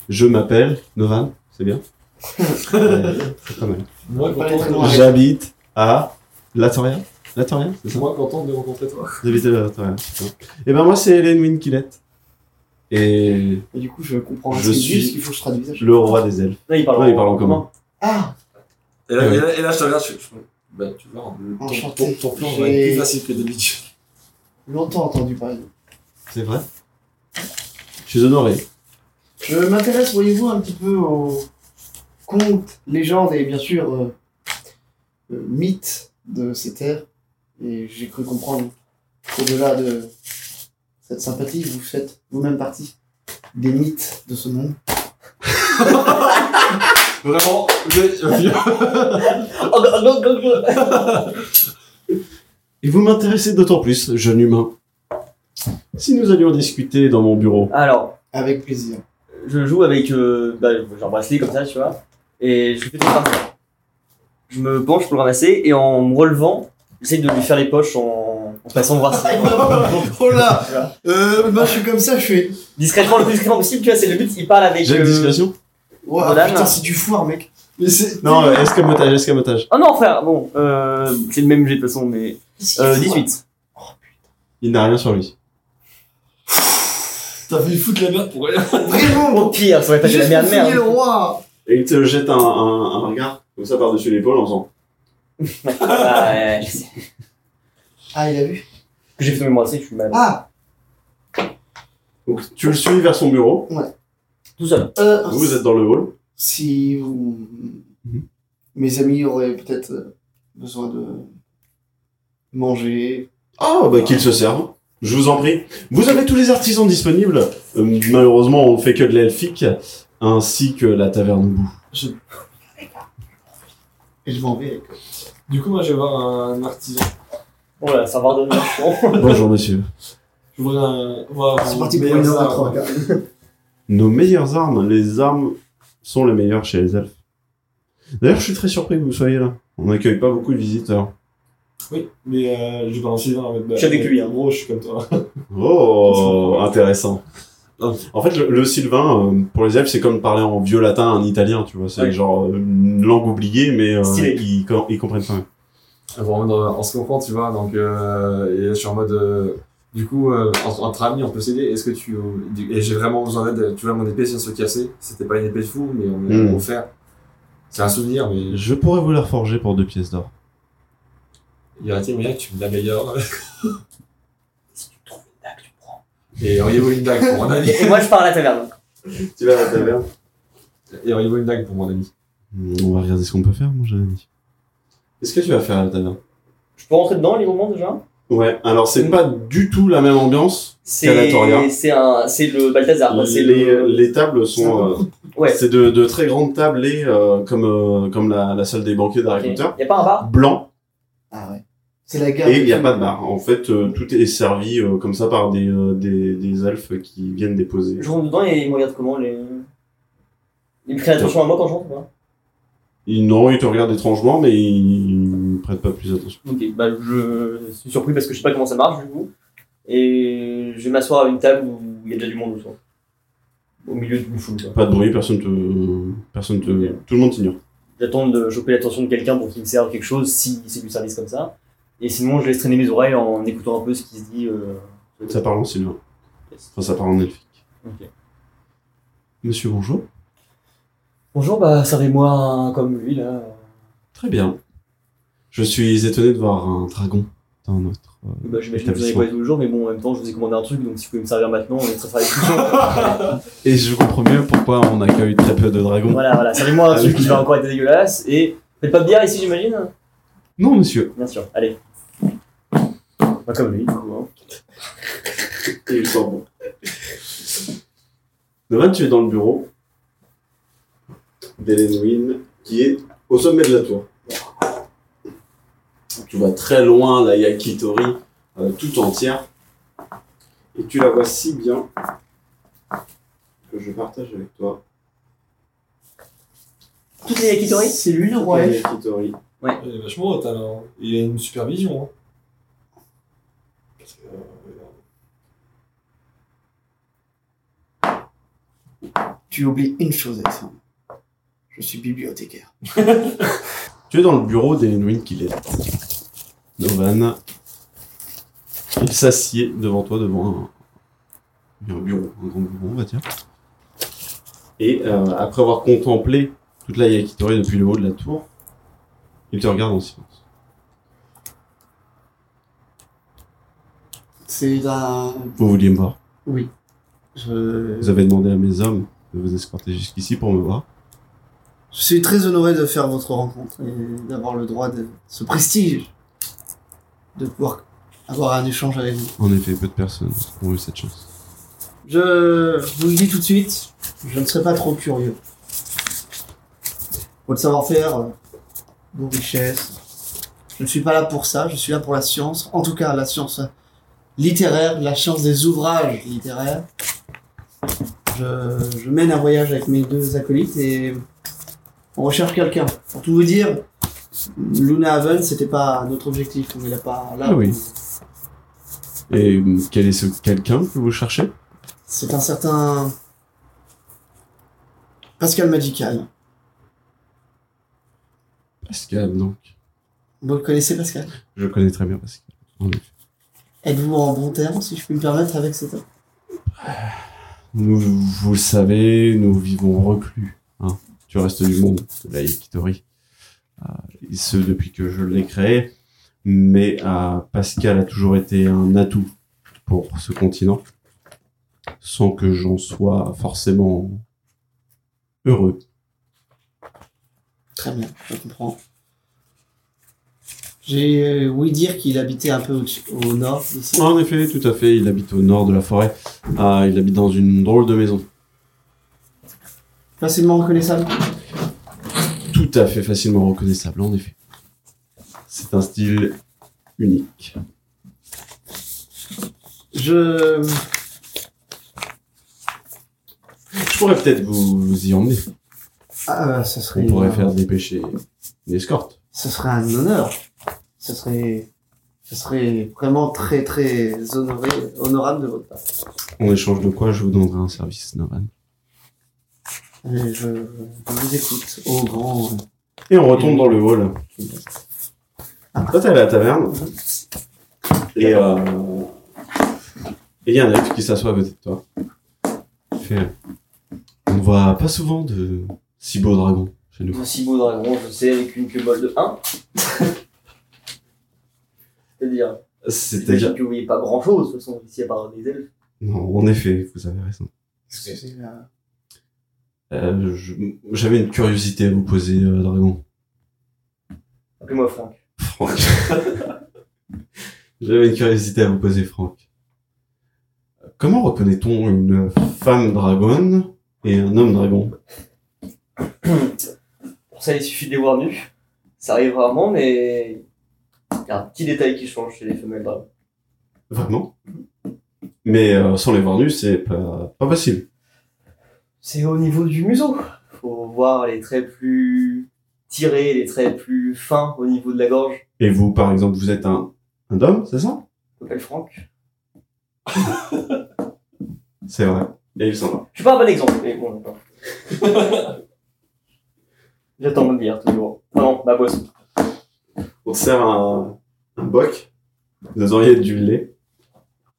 Je m'appelle Novan, c'est bien. Euh, c'est pas mal.
Moi,
Pas aller très loin.
content,
J'habite à Latoria. Latoria, c'est
de...
ça
moi, content de rencontrer toi.
J'habite à Latoria. c'est ça. Et ben moi, c'est Hélène Winkillette. Et
Et du coup, je comprends
Je
rien ce qu'il dit,
suis
parce qu'il faut que je traduise. à chaque
le
fois.
roi des elfes.
Non, il parle,
Ouais, il parle en commun.
Ah
Et là,
Ouais.
et là, et là, je te regarde, je fais. Bah, tu vois, le- ton,
Enchanté.
ton- ton plan
J'ai-
va être plus facile que d'habitude.
Longtemps entendu parler.
C'est vrai Je suis honoré.
Je m'intéresse, voyez-vous, un petit peu aux contes, légendes et bien sûr euh, euh, mythes de ces terres. Et j'ai cru comprendre qu'au-delà de cette sympathie, vous faites vous-même partie des mythes de ce monde.
Vraiment, vous êtes-
Oh, non, non, non, non.
Et vous m'intéressez d'autant plus, jeune humain. Si nous allions discuter dans mon bureau,
Alors,
Avec plaisir.
je joue avec euh, bah, genre bracelet comme ça, tu vois, et je fais tout ça. Je me penche pour le ramasser et en me relevant, j'essaie de lui faire les poches en, en passant voir si.
oh là euh, ben, Je suis comme ça, je fais.
discrètement, le plus discrètement possible, tu vois, c'est le but, il parle avec.
j'ai une
euh,
discrétion
Ouah,
Voilà,
oh, ah, putain,
non.
c'est du foire, mec.
Mais c'est- Non, euh, escamotage, escamotage.
Oh non, frère, bon, euh, c'est le même jet de toute façon, mais. Euh, 18.
Il n'a rien sur lui.
T'as fait foutre la merde pour rien.
Vraiment
Au pire, ça aurait pas été
Juste
la
pour
merde,
fouiller le
merde.
roi
Et il te jette un, un- un regard, comme ça, par-dessus l'épaule, en disant
Ah, ouais, je sais.
Ah, il a vu
J'ai fait tomber mon bracelet, je suis mal.
Ah
Donc, tu le suis vers son bureau,
Tout seul.
euh,
vous, vous êtes dans le hall.
Si vous...
Mhm.
mes amis auraient peut-être euh, besoin de manger.
Ah, bah qu'il se serve. Je vous en prie. Vous avez tous les artisans disponibles. Euh, malheureusement, on ne fait que de l'elfique, ainsi que la taverne boue.
Et je m'en vais avec eux.
Du coup, moi, je vais voir un artisan.
Oh là, ça va redonner un chiant.
Bonjour, monsieur.
Je voudrais un. voir
C'est
vos
parti pour
meilleurs
une heure à
armes.
trois quarts.
Nos meilleures armes, les armes sont les meilleures chez les elfes. D'ailleurs, je suis très surpris que vous soyez là. On n'accueille pas beaucoup de visiteurs.
Oui, mais euh, je vais pas lancer dans la mode. bah,
Je suis avec lui, hein.
Gros, je suis comme toi.
Oh, intéressant.
Non.
En fait, le, le sylvain, euh, pour les elfes, c'est comme parler en vieux latin à un italien, tu vois. C'est
Ouais.
genre euh, une langue oubliée, mais euh,
Stylé.
ils, com- ils comprennent pas.
Vraiment, dans- on Bah, se comprend, tu vois. Donc, euh, et je suis en mode. euh, du coup, euh, entre, entre amis, on peut s'aider. Est-ce que tu. Et j'ai vraiment besoin d'aide. Tu vois, mon épée vient de se casser. C'était pas une épée de fou, mais on l'a
Hmm.
offert. C'est un souvenir, mais
Je pourrais vous la reforger pour deux pièces d'or.
il aurait été moyen que tu me l'améliores.
Si tu trouves une dague, tu prends.
Et auriez-vous une dague pour mon ami
Et moi, je pars à la taverne.
Tu vas à la taverne
Et auriez-vous une dague pour mon ami
On va regarder ce qu'on peut faire, mon jeune ami. Est-ce que tu vas faire à la taverne
Je peux rentrer dedans les moments déjà
Ouais, alors c'est
Mm.
pas du tout la même ambiance. Calatoria.
C'est c'est un c'est le Balthazar. quoi, C'est
Ah, bah, les, euh,
le...
les tables
C'est un
sont... euh,
ouais.
C'est de, de très grandes tablées, euh, comme, euh, comme la, la salle des banquiers d'Harry Potter,
Il y a pas un bar
blanc,
Ah ouais. C'est la gare.
et il n'y a pas de bar. En fait, euh, tout est servi euh, comme ça par des, euh, des, des elfes qui viennent déposer.
Je rentre dedans et ils me regardent comment les. Ils me prennent attention à moi quand je rentre. quoi.
Ils, non, ils te regardent étrangement, mais ils ne prêtent pas plus attention.
Ok, bah je suis surpris parce que je sais pas comment ça marche du coup. Et je vais m'asseoir à une table où il y a déjà du monde autour. Au milieu d'une foule. quoi.
Pas de bruit, personne te... Personne te
Ok.
Tout le monde t'ignore.
J'attends de choper l'attention de quelqu'un pour qu'il me serve quelque chose si c'est du service comme ça. Et sinon, je laisse traîner mes oreilles en écoutant un peu ce qui se dit. euh,
Ça parle en sylvain. Enfin, ça parle en elfique.
Ok.
Monsieur, bonjour.
Bonjour, bah servez-moi un comme lui là.
Très bien. Je suis étonné de voir un dragon dans notre... euh,
Bah, j'imagine que vous avez
établissement.
pas tous les jours, mais bon, en même temps, je vous ai commandé un truc, donc si vous pouvez me servir maintenant, on est très très
Et je comprends mieux pourquoi on accueille très peu de dragons.
Voilà, voilà, servez-moi un truc qui va encore être dégueulasse, et faites pas de bière ici, j'imagine
Non, monsieur.
Bien sûr, allez. Pas comme lui, du coup. Hein.
Et il sort bon. Demain, tu es dans le bureau d'Hélène Wynne, qui est au sommet de la tour. Tu vois très loin la Yakitori, euh, tout entière. Et tu la vois si bien que je partage avec toi
Toutes les yakitori
C'est lui le roi.
la
elfe.
Yakitori.
Il est vachement haute alors. Il a une supervision. Hein.
Euh, regarde.
Tu oublies une chose, Alexandre. Je suis bibliothécaire.
Tu es dans le bureau d'Elenwin qui l'aide. Novan, il s'assied devant toi, devant un, un bureau, un grand bureau, on va dire. Et euh, après avoir contemplé toute la Yakitori depuis le haut de la tour, il te regarde en silence.
C'est un.
Vous vouliez me voir
Oui. Je...
Vous avez demandé à mes hommes de vous escorter jusqu'ici pour me voir.
Je suis très honoré de faire votre rencontre et d'avoir le droit de ce prestige de pouvoir avoir un échange avec vous.
En effet, peu de personnes ont eu cette chance.
Je vous le dis tout de suite, je ne serai pas trop curieux. Votre savoir-faire, euh, vos richesses, je ne suis pas là pour ça, je suis là pour la science, en tout cas la science littéraire, la science des ouvrages littéraires. Je, je mène un voyage avec mes deux acolytes et on recherche quelqu'un. Pour tout vous dire, Luna Haven, c'était pas notre objectif, on est là pas là.
Ah oui. Et hum, quel est ce quelqu'un que vous cherchez
C'est un certain Pascal Magical.
Pascal, donc.
Vous le connaissez Pascal
Je connais très bien Pascal. En effet.
Êtes-vous en bon terme, si je puis me permettre, avec cet homme
Nous, vous le savez, nous vivons reclus, hein, du reste du monde, de la Yakitori. Euh, et ce, depuis que je l'ai créé. Mais euh, Pascal a toujours été un atout pour ce continent, sans que j'en sois forcément heureux.
Très bien, je comprends. J'ai euh, ouï dire qu'il habitait un peu au, au nord d'ici.
En effet, tout à fait, il habite au nord de la forêt. Euh, il habite dans une drôle de maison.
Facilement reconnaissable.
tout à fait facilement reconnaissable, en effet. C'est un style unique.
Je.
Je pourrais peut-être vous, vous y emmener.
Ah, ça
On
serait.
pourrait faire dépêcher une escorte.
Ce serait un honneur. Ce serait. Ce serait vraiment très très honoré, honorable de votre part.
En échange de quoi, je vous donnerai un service, Novan.
Mais Euh, je, je vous écoute, au grand.
Et on retourne dans le hall. Toi, t'es à la taverne. Ah. Et euh, et il y a un elfe qui s'assoit à côté de toi. Il fait, euh, on ne voit pas souvent de si beaux dragons chez nous.
Un si beau dragon, je sais, avec une queue molle de 1. C'est-à-dire,
C'est-à-dire...
j'imagine que vous voyez pas grand-chose, de toute façon, ici, à part des elfes.
Non, en effet, vous avez raison.
C'est la-
Euh, je- J'avais une curiosité à vous poser, euh, dragon.
Appelez-moi Franck.
Franck. J'avais une curiosité à vous poser, Franck. Comment reconnaît-on une femme dragonne et un homme dragon
Pour ça, il suffit de les voir nus. Ça arrive rarement, mais il y a un petit détail qui change chez les femelles dragons.
Vraiment Mais euh, sans les voir nus, c'est pas, pas facile.
C'est au niveau du museau. Faut voir les traits plus tirés, les traits plus fins au niveau de la gorge.
Et vous, par exemple, vous êtes un, un homme, c'est ça
Je m'appelle Franck.
C'est vrai. Et il s'en va.
Je suis pas un bon exemple, mais bon, d'accord. J'attends mon bière, toujours. Ah non, ma boisson.
On te sert un, un boc. Vous auriez du lait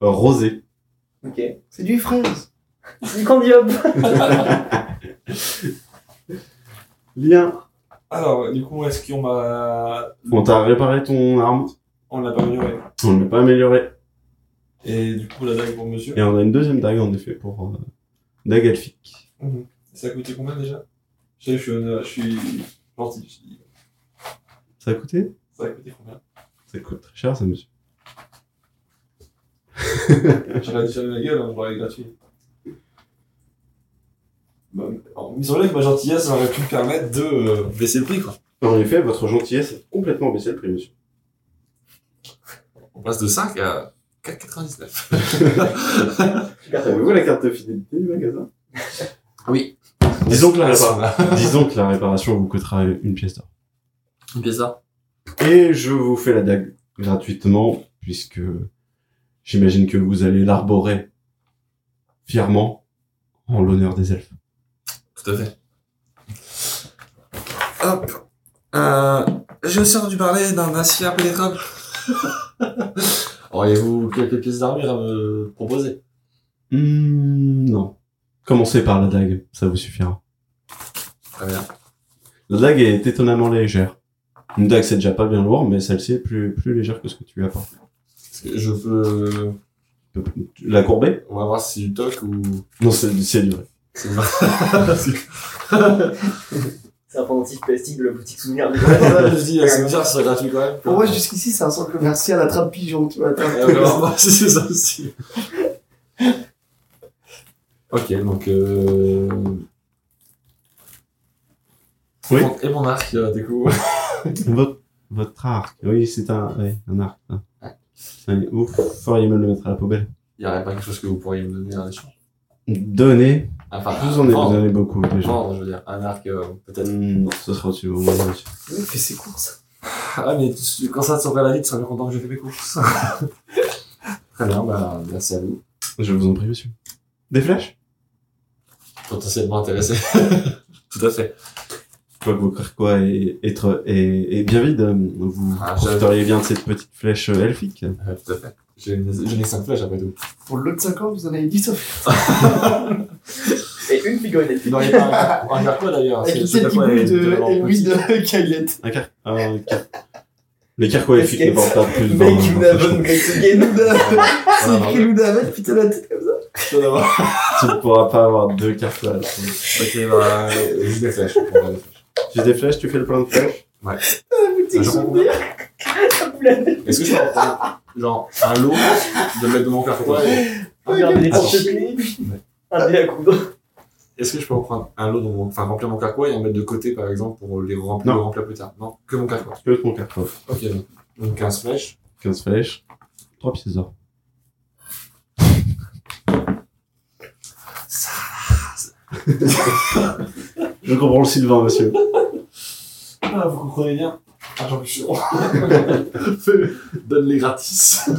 euh, rosé.
Ok.
C'est du fraise.
C'est du candy hop.
Lien.
Alors, du coup, est-ce qu'on m'a.
On t'a réparé ton arme.
On l'a pas amélioré.
On ne l'a pas amélioré.
Et du coup, la dague pour monsieur.
Et on a une deuxième dague, en effet, pour euh, dague elfique.
Ça a coûté combien déjà Je sais, je suis, honneur- je suis gentil. je dis.
Ça a coûté
Ça a coûté combien
Ça coûte très cher, ça, monsieur.
J'aurais dû fermer ma gueule, hein, je l'aurais gratuit. Bah, alors, il semblait que ma gentillesse aurait pu me permettre de euh, baisser le prix, quoi.
En effet, votre gentillesse a complètement baissé le prix, monsieur.
On passe de 5 à 4,99.
Avez-vous Ah, la carte de fidélité du magasin
Oui.
Disons que la,
Elles
réparation,
sont là.
disons que la réparation vous coûtera une pièce d'or.
Bizarre.
Et je vous fais la dague gratuitement, puisque J'imagine que vous allez l'arborer fièrement en l'honneur des elfes.
Tout à fait. Hop. Euh, j'ai aussi entendu parler d'un acier impénétrable. Auriez-vous quelques pièces d'armure à me proposer
Hmm, non. Commencez par la dague, ça vous suffira.
Très bien.
La dague est étonnamment légère. Une dague c'est déjà pas bien lourd, mais celle-ci est plus, plus légère que ce que tu lui apportes.
Est-ce que je peux...
La courbée
On va voir si c'est du toc ou...
Non, c'est c'est du vrai.
c'est du-
C'est un pendentif plastique de la boutique souvenir.
je dis, c'est bizarre, c'est gratuit quand même.
Pour moi, jusqu'ici, c'est un centre commercial à trappe pigeon, tu vois. à
Ouais,
Trappe
vraiment, Ah c'est ça aussi. ok, donc... Euh...
Oui.
Et mon arc, euh, du coup.
Votre, votre arc. Oui, c'est un, ouais, un arc. hein. Allez, vous feriez mal de le mettre à la poubelle.
Il n'y aurait pas quelque chose que vous pourriez me donner en échange
Donnez.
Enfin,
Je vous en ai, vous
vendre.
en ai beaucoup déjà.
Vendre, je veux dire. Un arc, euh, peut-être.
Hmm, ce sera au-dessus. au moins au-dessus.
Oui, il fait ses courses.
Ah, mais tu- quand ça te sauverait la vie, tu serais bien content que j'ai fait mes courses. Très bien, bah, merci à vous.
Je vous en prie, monsieur. Des flèches
Potentiellement intéressé. Tout à fait.
Je vois que vos carquois est, être, est, est bien vide. Vous
Ah, j'avais-
profiteriez bien de cette petite flèche euh, elfique.
Ouais, tout à fait. J'ai une- j'ai les 5 flèches après tout.
Pour l'autre 50, vous en avez 10 sauf
Et une figurine
Il n'aurait pas un, un carquois d'ailleurs.
avec
c'est-
une
c'est
tête qui
carquois,
bouge
elle est
de
vraiment
Louis
petite.
de Caillette.
Un car... un Ah, car- Les carquois elfiques ne portent pas plus de hein, vingt-
Make you
vingt flèches.
never great again.
Ah, C'est
Voilà,
écrit Loudavet, putain, la tête comme ça.
voilà.
Tu ne pourras pas avoir deux carquois.
Ok, bah, euh, juste des flèches. Bon, bah, des flèches.
J'ai des flèches, tu fais le plein de flèches.
La boutique
Je comprends.
souvenir.
Est-ce que je peux en prendre, genre, un lot de mettre de mon carquois et-
On dirait des
Attends.
torches-clés. Un dé à coudre.
Est-ce que je peux en prendre un lot, de mon... enfin remplir mon carquois et en mettre de côté par exemple pour les remplir,
Non.
le remplir plus tard Non, que mon carquois.
Que ton carquois.
Ok, donc- donc 15 flèches.
15 flèches. 3 pièces d'or. Je comprends le Sylvain, monsieur.
Ah, vous comprenez bien Argent Donne-les gratis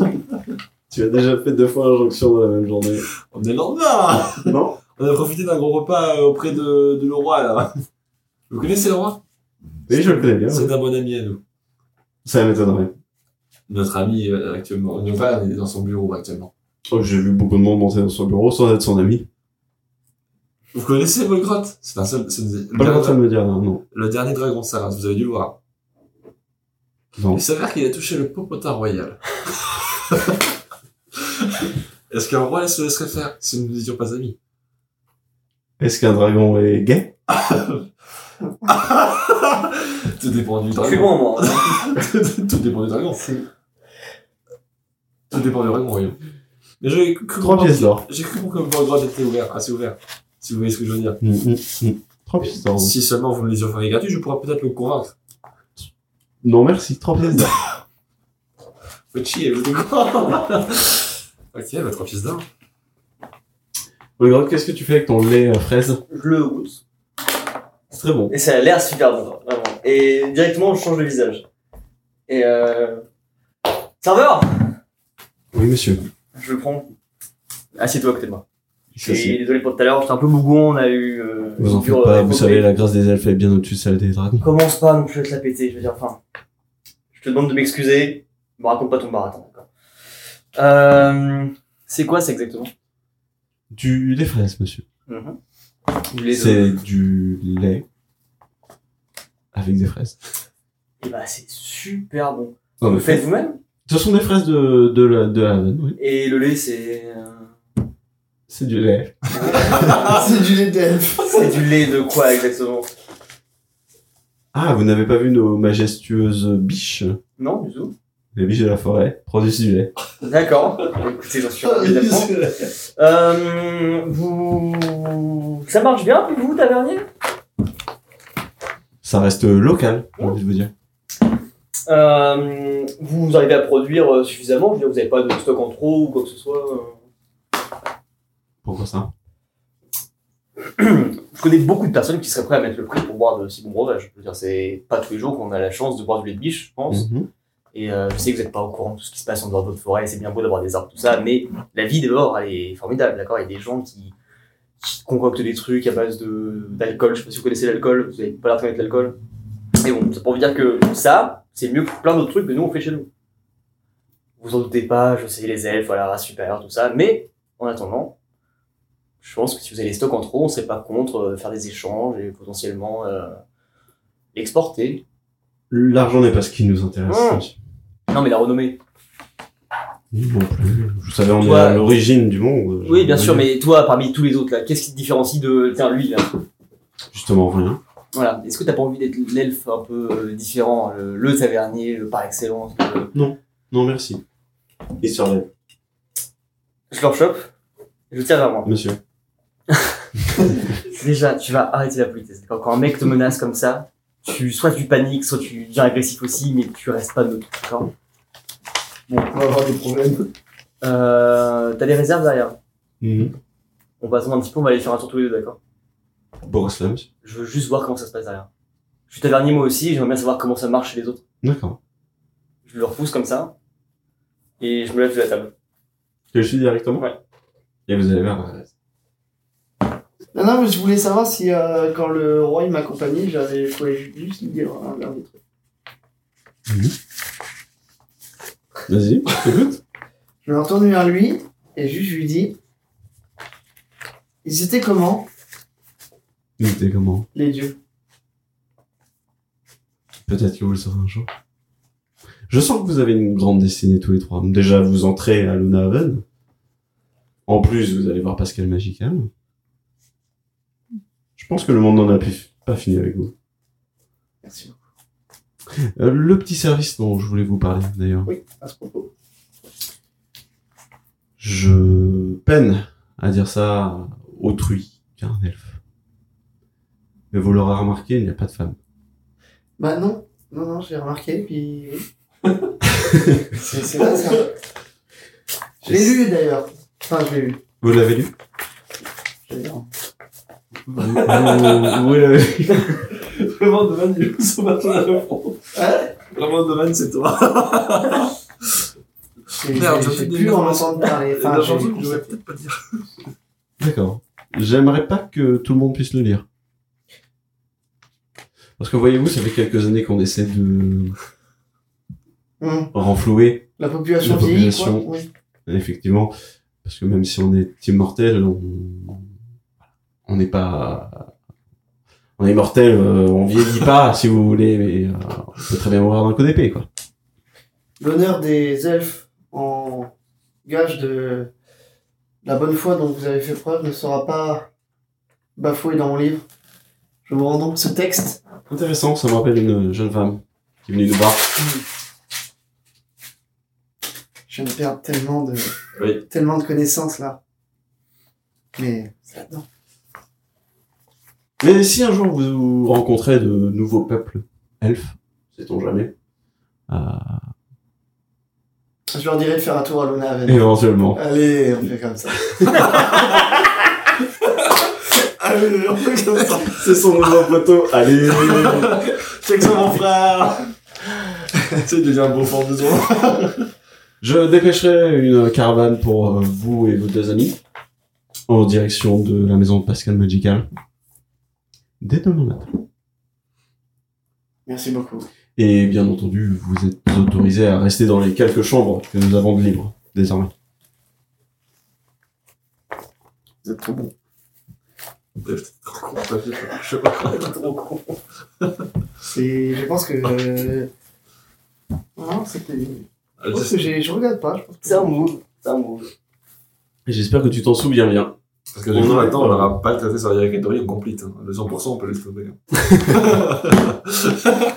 Tu as déjà fait deux fois l'injonction dans la même journée.
On est le lendemain
Non
On a profité d'un gros repas euh, auprès de, de le roi là. Vous connaissez le roi
Oui, je le connais bien.
C'est un bon ami à nous.
Ça m'étonnerait.
Notre ami euh, actuellement, Novan est dans son bureau actuellement.
Oh, J'ai vu beaucoup de monde monter dans son bureau sans être son ami.
Vous connaissez Volgrotte C'est un seul. c'est le,
Pas le temps de
dernier,
me dire non. non.
le dernier dragon de Saras, vous avez dû le voir.
Non.
Il s'avère qu'il a touché le popotin royal. Est-ce qu'un roi se laisserait faire si nous n'étions pas amis
Est-ce qu'un dragon est gay
Tout dépend du
Je suis
dragon.
bon, moi.
Tout dépend du dragon. Tout dépend du dragon, voyons. Mais j'ai cru
3
comprendre-
pièces d'or.
J'ai cru comprendre que le droit était ouvert, assez ouvert. Si vous voyez ce que je veux
Mm,
dire.
3 pièces d'or.
Si seulement vous me les offrez gratuits, je pourrais peut-être le convaincre.
Non, merci. 3 pièces d'or.
Faites chier, vous êtes quoi Ok, bah trois pièces d'or.
Regarde, qu'est-ce que tu fais avec ton lait euh, fraise
Je le hausse.
C'est très bon.
Et ça a l'air super bon, vraiment. Et directement, je change de visage. Et euh... Serveur
Oui, monsieur.
Je le prends. Assieds-toi à côté de moi. Je
Ça, c'est-
suis désolé pour tout à l'heure, j'étais un peu bougon, on a eu... euh,
Vous en
une
faites
dure,
pas,
euh,
vous
épopée.
savez, la grâce des elfes est bien au-dessus de celle des dragons.
Commence pas non plus à te la péter, je veux dire, enfin. Je te demande de m'excuser, me raconte pas ton baratin, d'accord. Euh, c'est quoi, c'est exactement
Du lait fraise, monsieur.
Du lait de-
C'est du lait avec des fraises.
Eh ben, c'est super bon.
Non,
Vous
mais
le faites vous-même
Ce sont des fraises de, de la, de la Havane, oui.
Et le lait, c'est... euh,
C'est du lait.
C'est du lait d'elfe.
C'est du lait de quoi, exactement
Ah, vous n'avez pas vu nos majestueuses biches
Non, du tout.
Les biches de la forêt produisent du lait.
D'accord. Écoutez, j'en suis ravi d'apprendre. Euh, vous... Ça marche bien, vous, tavernier
Ça reste euh, local, j'ai envie de vous dire.
Euh, vous arrivez à produire euh, suffisamment, je veux dire, vous n'avez pas de stock en trop ou quoi que ce soit. euh.
Pourquoi ça
Je connais beaucoup de personnes qui seraient prêtes à mettre le prix pour boire de si bons breuvages. Je veux dire, c'est pas tous les jours qu'on a la chance de boire du lait de biche, je pense.
Mhm.
Et euh, je sais que vous n'êtes pas au courant de tout ce qui se passe en dehors de votre forêt, c'est bien beau d'avoir des arbres, tout ça, mais la vie dehors, elle est formidable, d'accord Il y a des gens qui, qui concoctent des trucs à base de- d'alcool, je sais pas si vous connaissez l'alcool, vous n'avez pas l'air de connaître l'alcool. Mais bon, c'est pour vous dire que ça, c'est mieux que plein d'autres trucs que nous on fait chez nous. Vous en doutez pas, je sais, les elfes, la race supérieure, tout ça, mais en attendant, je pense que si vous avez les stocks en trop, on serait pas contre euh, faire des échanges et potentiellement euh, exporter.
L'argent n'est pas ce qui nous intéresse.
Non, mais la renommée.
Ni non plus. Je savais, on
Toi-
est à l'origine du monde. euh,
Oui, bien sûr, mais toi, parmi tous les autres, là, qu'est-ce qui te différencie de. Tiens, lui, là.
Justement, hein. rien.
Voilà. Est-ce que t'as pas envie d'être l'elfe un peu euh, différent, le, le tavernier, le par excellence le-
Non, merci. Il se relève.
Je leur chope, je le tire vers moi.
Monsieur.
Déjà, tu vas arrêter la politesse. d'accord Quand un mec te menace comme ça, tu, soit tu paniques, soit tu deviens agressif aussi, mais tu restes pas neutre, d'accord
Bon, on va avoir des problèmes.
euh, T'as des réserves derrière
Mhm.
On va attendre un petit peu, on va aller faire un tour tous les deux, d'accord
Boris monsieur.
Je veux juste voir comment ça se passe derrière. Je suis tavernier moi aussi, j'aimerais bien savoir comment ça marche chez les autres.
D'accord.
Je le repousse comme ça. Et je me lève de la table.
Je suis directement
Ouais.
Et vous allez voir. euh,
Non, non, mais je voulais savoir si euh, quand le roi il m'accompagnait, j'avais je pouvais juste lui dire hein, un dernier truc.
Vas-y, écoute.
Je me retourne vers lui et juste je lui dis Ils étaient comment
Il était comment
les dieux
Peut-être que vous le saurez un jour. Je sens que vous avez une grande destinée tous les trois. Déjà, vous entrez à Lunaven. En plus, vous allez voir Pascal Magical. Je pense que le monde n'en a plus- pas fini avec vous.
Merci beaucoup.
Euh, le petit service dont je voulais vous parler, d'ailleurs.
Oui, à ce propos.
Je peine à dire ça à autrui qu'un elfe. Mais vous l'aurez remarqué, il n'y a pas de femme.
Bah non, non, non, j'ai remarqué, puis. oui. c'est c'est vrai, ça. Je l'ai lu d'ailleurs. Enfin, je l'ai lu.
Vous l'avez lu
Je l'ai lu.
Vous, vous- vous l'avez lu
Vraiment, Doman, il joue son bâton à la France.
Ouais.
Vraiment, Doman, c'est toi.
Et
Merde, j'ai
j'ai-
fait
j'ai
des
plus en
erreurs.
entendre parler. Enfin,
Dans
j'ai
un truc, je
le
vais
concept.
peut-être pas le dire.
D'accord. J'aimerais pas que tout le monde puisse le lire. Parce que voyez-vous, ça fait quelques années qu'on essaie de
Hum,
renflouer,
La population
La
vieillit, quoi.
population.
Oui.
effectivement. Parce que même si on est immortel, on on n'est pas... On est mortel, euh, on vieillit pas, si vous voulez, mais euh, on peut très bien mourir d'un coup d'épée, quoi.
L'honneur des elfes en gage de la bonne foi dont vous avez fait preuve ne sera pas bafoué dans mon livre. Je vous rends donc ce texte.
Intéressant, ça me rappelle une jeune femme qui est venue nous voir.
Je viens de perdre tellement de,
Oui.
tellement de connaissances là. Mais c'est là-dedans.
Mais si un jour vous rencontrez de nouveaux peuples elfes, sait-on jamais, euh,
Je leur dirai de faire un tour à Luna Haven.
éventuellement.
Allez, on fait comme ça.
Allez, on fait comme ça.
C'est son nouveau poteau, allez
C'est que c'est mon frère. tu sais, il devient un beau fort besoin.
Je dépêcherai une caravane pour euh, vous et vos deux amis en direction de la maison de Pascal Magical dès demain matin.
Merci beaucoup.
Et bien entendu, vous êtes autorisés à rester dans les quelques chambres que nous avons de libres, désormais.
Vous êtes trop bon.
Putain, j'étais trop con, t'as fait, Je sais pas quoi. j'étais trop con.
C'est, je pense que. euh, Non, c'était.
Ah,
Je
Oh,
pense que j'ai, je regarde pas. Je pense que...
C'est un move, c'est un move.
Et J'espère que tu t'en souviens bien.
Parce que du
On
coup,
en a
maintenant, on
pas.
n'aura pas le traité sur la directory, on complete. Hein. Le hein. 100%, on peut l'exploser.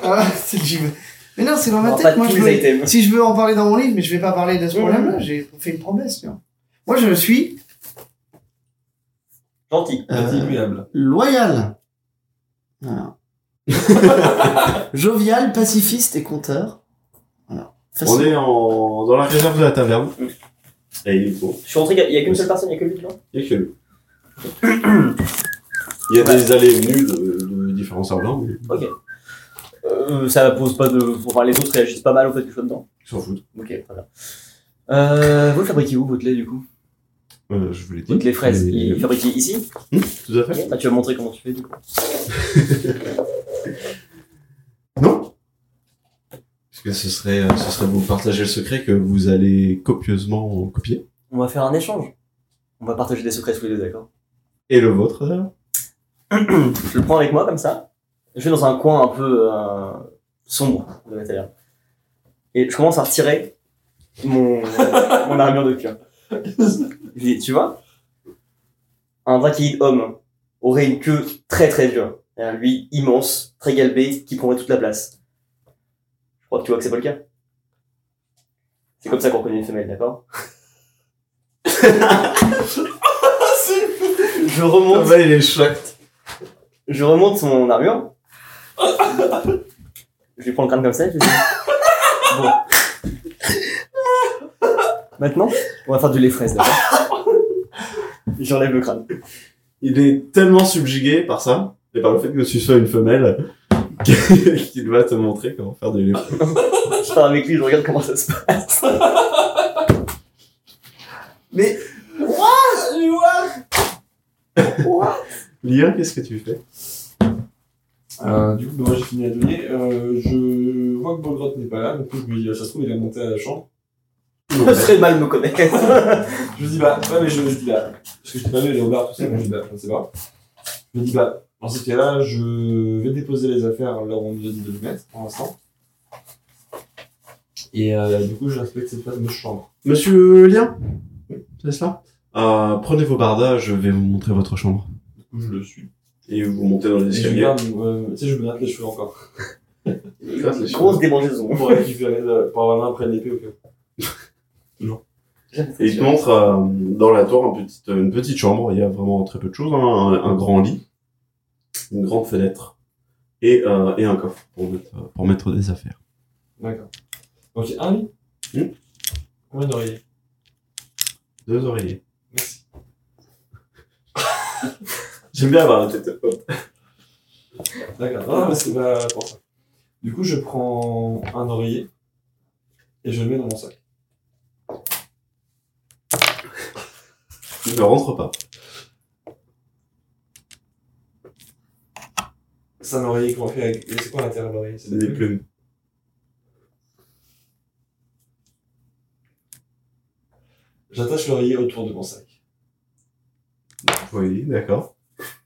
Ah, c'est j'y vais. Mais non, c'est dans ma
On aura
tête.
pas
Moi,
tous
je
les
veux-
items.
si je veux en parler dans mon livre, mais je vais pas parler de ce
Mhm.
problème-là. J'ai fait une promesse, tu vois. Moi, je suis euh,
Gentil.
Indimiable.
loyal. Voilà. Jovial, pacifiste et conteur. Voilà.
On
Facile.
est en... dans la réserve de la taverne.
Mm.
Et il est bon.
Je suis rentré, il y a qu'une seule personne, il y a que lui, là.
Il y a que lui. Il y a des allées et venues de, de différents serveurs. mais-
Ok. Euh, ça pose pas de. Enfin, les autres réagissent pas mal au fait que je sois dedans.
Ils s'en foutent.
Ok, très bien. Euh, vous le fabriquez où, votre lait, du coup
Euh, je vous l'ai dit.
Votre lait fraise,
Mais-
il est fabriqué ici
Tout à fait.
Ah, Tu vas montrer comment tu fais, du coup.
Non Parce que ce serait, euh, ce serait vous partager le secret que vous allez copieusement copier.
On va faire un échange. On va partager des secrets tous les deux, d'accord
Et le vôtre, d'ailleurs.
Je le prends avec moi, comme ça. Je vais dans un coin un peu euh, sombre de l'intérieur. Et je commence à retirer mon, mon armure de cuir. Je dis, tu vois Un drachéide homme aurait une queue très très dure. Et Un lui immense, très galbé, qui prendrait toute la place. Je crois que tu vois que c'est pas le cas. C'est comme ça qu'on reconnaît une femelle, d'accord Je remonte
il est chouette.
je remonte son armure. je lui prends le crâne comme ça. Je lui dis... Bon. Maintenant, on va faire du lait fraise, d'accord J'enlève le crâne.
Il est tellement subjugué par ça, et par le fait que tu sois une femelle, qu'il va te montrer comment faire du lait.
Je pars avec lui, je regarde comment ça se passe.
Mais
Lien, qu'est-ce que tu fais
Euh, du coup, moi j'ai fini à donner. Euh, je vois que Borgrot n'est pas là, donc je me dis, bah, ça se trouve, il est monté à la chambre.
Je serais mal me connaître.
Je me dis, bah, ouais, mais je, je dis, bah, parce que je t'ai pas vu, les regards, tout ça, mais je dis, bah, je ne sais pas. Je me dis, bah, dans ce cas-là, je vais déposer les affaires là où on nous a dit de les mettre, pour l'instant. Et euh, du coup, je respecte cette fameuse chambre.
Monsieur Lien C'est ça Euh, Prenez vos bardas, je vais vous montrer votre chambre.
Du coup, je le suis.
Et vous montez dans les
Et je
escaliers.
regarde, euh, tu sais, je me gratte les cheveux encore.
Grosse démangeaison.
Pour récupérer, euh, pour avoir l'un après l'épée, ok.
Et il te montre euh, dans la tour un petit- une petite chambre, il y a vraiment très peu de choses, hein, un, un grand lit, une grande fenêtre et, euh, et un coffre pour mettre, euh, pour mettre des affaires.
D'accord. Donc, un lit.
Hmm.
Combien d'oreillers
Deux oreillers.
Merci.
J'aime bien avoir la tête euh, haute.
D'accord. Non, mais c'est pas pour ça. Du coup, je prends un oreiller et je le mets dans mon sac.
Je ne rentre pas.
C'est un oreiller qu'on fait avec. C'est quoi l'intérieur de l'oreiller
C'est des plumes.
J'attache l'oreiller autour de mon sac.
Oui, d'accord.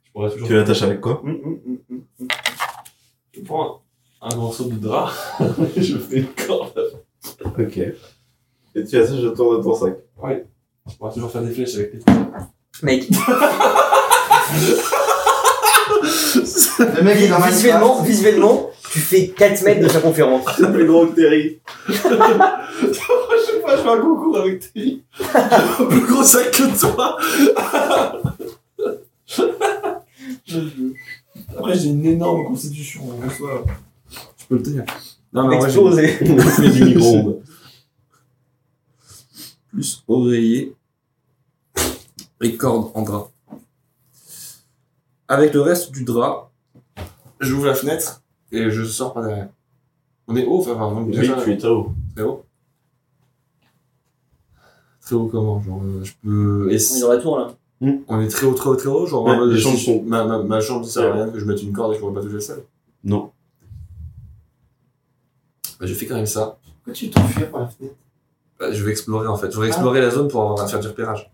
Je pourrais toujours.
Tu l'attaches avec quoi
Hum, hum, hum, hum.
Je prends un, un morceau de drap et je fais une corde.
Ok. Et tu l'attaches autour de ton sac.
Je pourrais toujours faire des flèches avec les
Mec,
le mec est dans ma
visuellement, visuellement, tu fais 4 mètres de sa conférence.
Ça fait drôle, Terry.
je sais pas, je fais un concours avec tes. plus gros sac que toi Après, j'ai une énorme constitution. en soi. Je peux le tenir.
Ah
Non, en vrai, j'ai-
Explosé.
Tu mets du micro-ondes.
plus oreiller et corde en drap. Avec le reste du drap, j'ouvre la fenêtre et je sors par derrière. On est haut, enfin, on est
Oui, tu es très haut.
très haut. Très haut comment Genre, euh, je peux. et
On est
si-
dans la tour là.
On est très haut, très haut, très haut. Genre, en
Ouais,
mode, euh,
les
si
chambres
je-
sont-
ma, ma, ma chambre, ça sert à rien que je mette une corde et que je pourrais pas toucher le sol.
Non.
Bah, je fais quand même ça.
Pourquoi tu t'enfuis par la fenêtre
Bah, je vais explorer en
Ah.
fait. Je vais explorer la zone pour avoir à faire du repérage.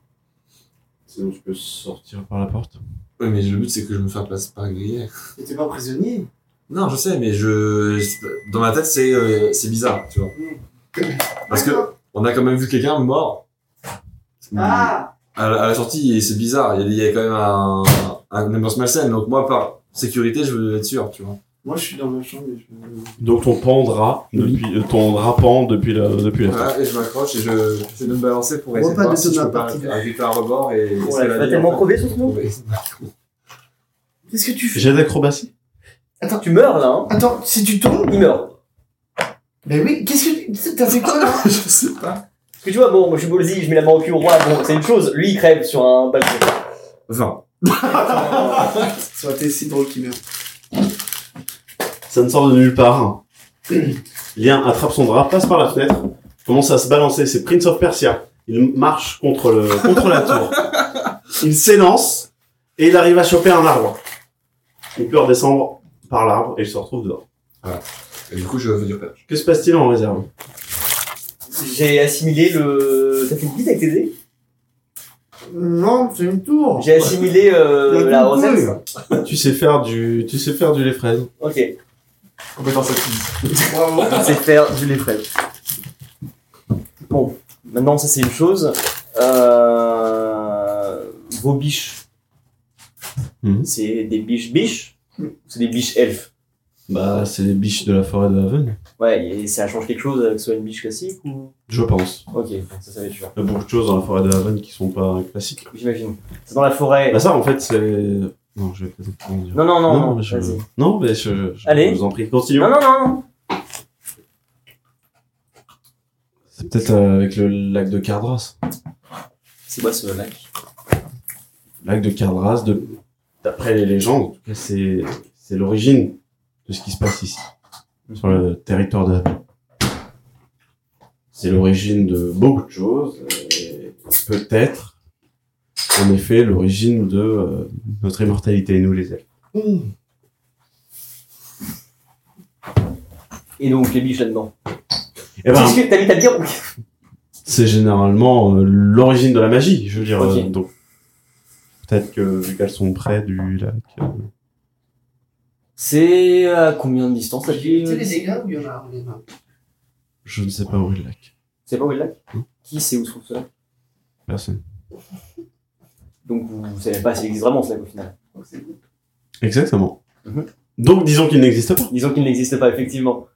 Sinon, tu peux sortir par la porte.
Oui, mais le but c'est que je me fasse pas griller.
Mais T'es pas prisonnier
Non, je sais, mais je dans ma tête c'est euh, c'est bizarre, tu vois. Parce que on a quand même vu quelqu'un mort
Ah
à, la, à la sortie et c'est bizarre. Il y, a, il y a quand même un un ambiance malsaine. Donc moi par sécurité, je veux être sûr, tu vois.
Moi je suis dans ma chambre et je me.
Donc ton pendra depuis, euh, ton drapant depuis la, depuis la
Voilà, et je m'accroche et je j'essaie de me balancer pour essayer de
Repas
voir
de
si je peux
Thomas,
pas
partie deux.
inviter un rebord et
On l'a
escalader,
tellement
en fait.
crevé sur ce nom.
Ouais.
Qu'est-ce que tu fais
J'ai d'acrobatie.
Tu meurs là, hein.
Attends, si tu tombes
Il meurt.
Mais Ben oui, qu'est-ce que tu. T'as fait quoi là
je sais pas.
Parce que tu vois, bon, moi, je suis Bolzi, je mets la main au cul au roi, bon, c'est une chose. Lui, il crève sur un balcon.
Enfin,
Ça aurait été si drôle qu'il meurt.
Ça ne sort de nulle part. Lien attrape son drap, passe par la fenêtre, commence à se balancer. C'est Prince of Persia. Il marche contre, le, contre la tour. Il s'élance et il arrive à choper un arbre. Il peut redescendre par l'arbre et il se retrouve dehors.
Et du coup, je veux dire perche.
Que se passe-t-il en réserve
J'ai assimilé le. Ça fait 10 avec tes dés
Non, c'est une tour.
J'ai assimilé euh,
Ouais.
la recette.
Tu sais faire du, tu sais faire du lait fraise.
Ok.
Compétence acquise.
Bravo.
C'est faire du lait frais. Bon, maintenant ça c'est une chose. Euh... Vos biches.
Hmm.
Mhm.
C'est des biches biches ou C'est des biches elfes.
Bah, c'est les biches de la forêt de Haven.
Ouais, et ça change quelque chose avec soit une biche classique ou...
Je pense.
Ok, donc ça ça va être sûr.
Il y a beaucoup de choses dans la forêt de Haven qui sont pas classiques.
J'imagine. C'est dans la forêt.
Bah ça, en fait, c'est... Non, je vais peut-être pas en dire.
Non, non, non, non,
mais je...
vas-y.
non, mais je, je-
Allez.
je vous en prie, continuons.
Non, non, non, non.
C'est peut-être euh, avec le lac de Cardras.
C'est quoi ce lac
Lac de Cardras, de... d'après les légendes, en tout cas, c'est... c'est l'origine de ce qui se passe ici, sur le territoire de C'est l'origine de beaucoup de choses, et peut-être, en effet, l'origine de euh, notre immortalité, nous les elfes.
Et donc les biches là-dedans.
Eh ben,
Qu'est-ce que t'as mis à dire
c'est généralement euh, l'origine de la magie, je veux dire.
Ok.
euh, donc, peut-être que vu qu'elles sont près du lac. euh,
C'est à combien de distance la
Tu sais les
biche
dégâts où il y en a les mains
je ne sais pas où est le lac.
C'est pas où est le lac
Non.
Qui sait où se trouve ce lac
Personne.
Donc vous, vous savez pas s'il existe vraiment ce lac au final.
Donc, c'est bon.
Exactement.
Mhm.
Donc, disons qu'il n'existe pas.
Disons qu'il n'existe pas effectivement.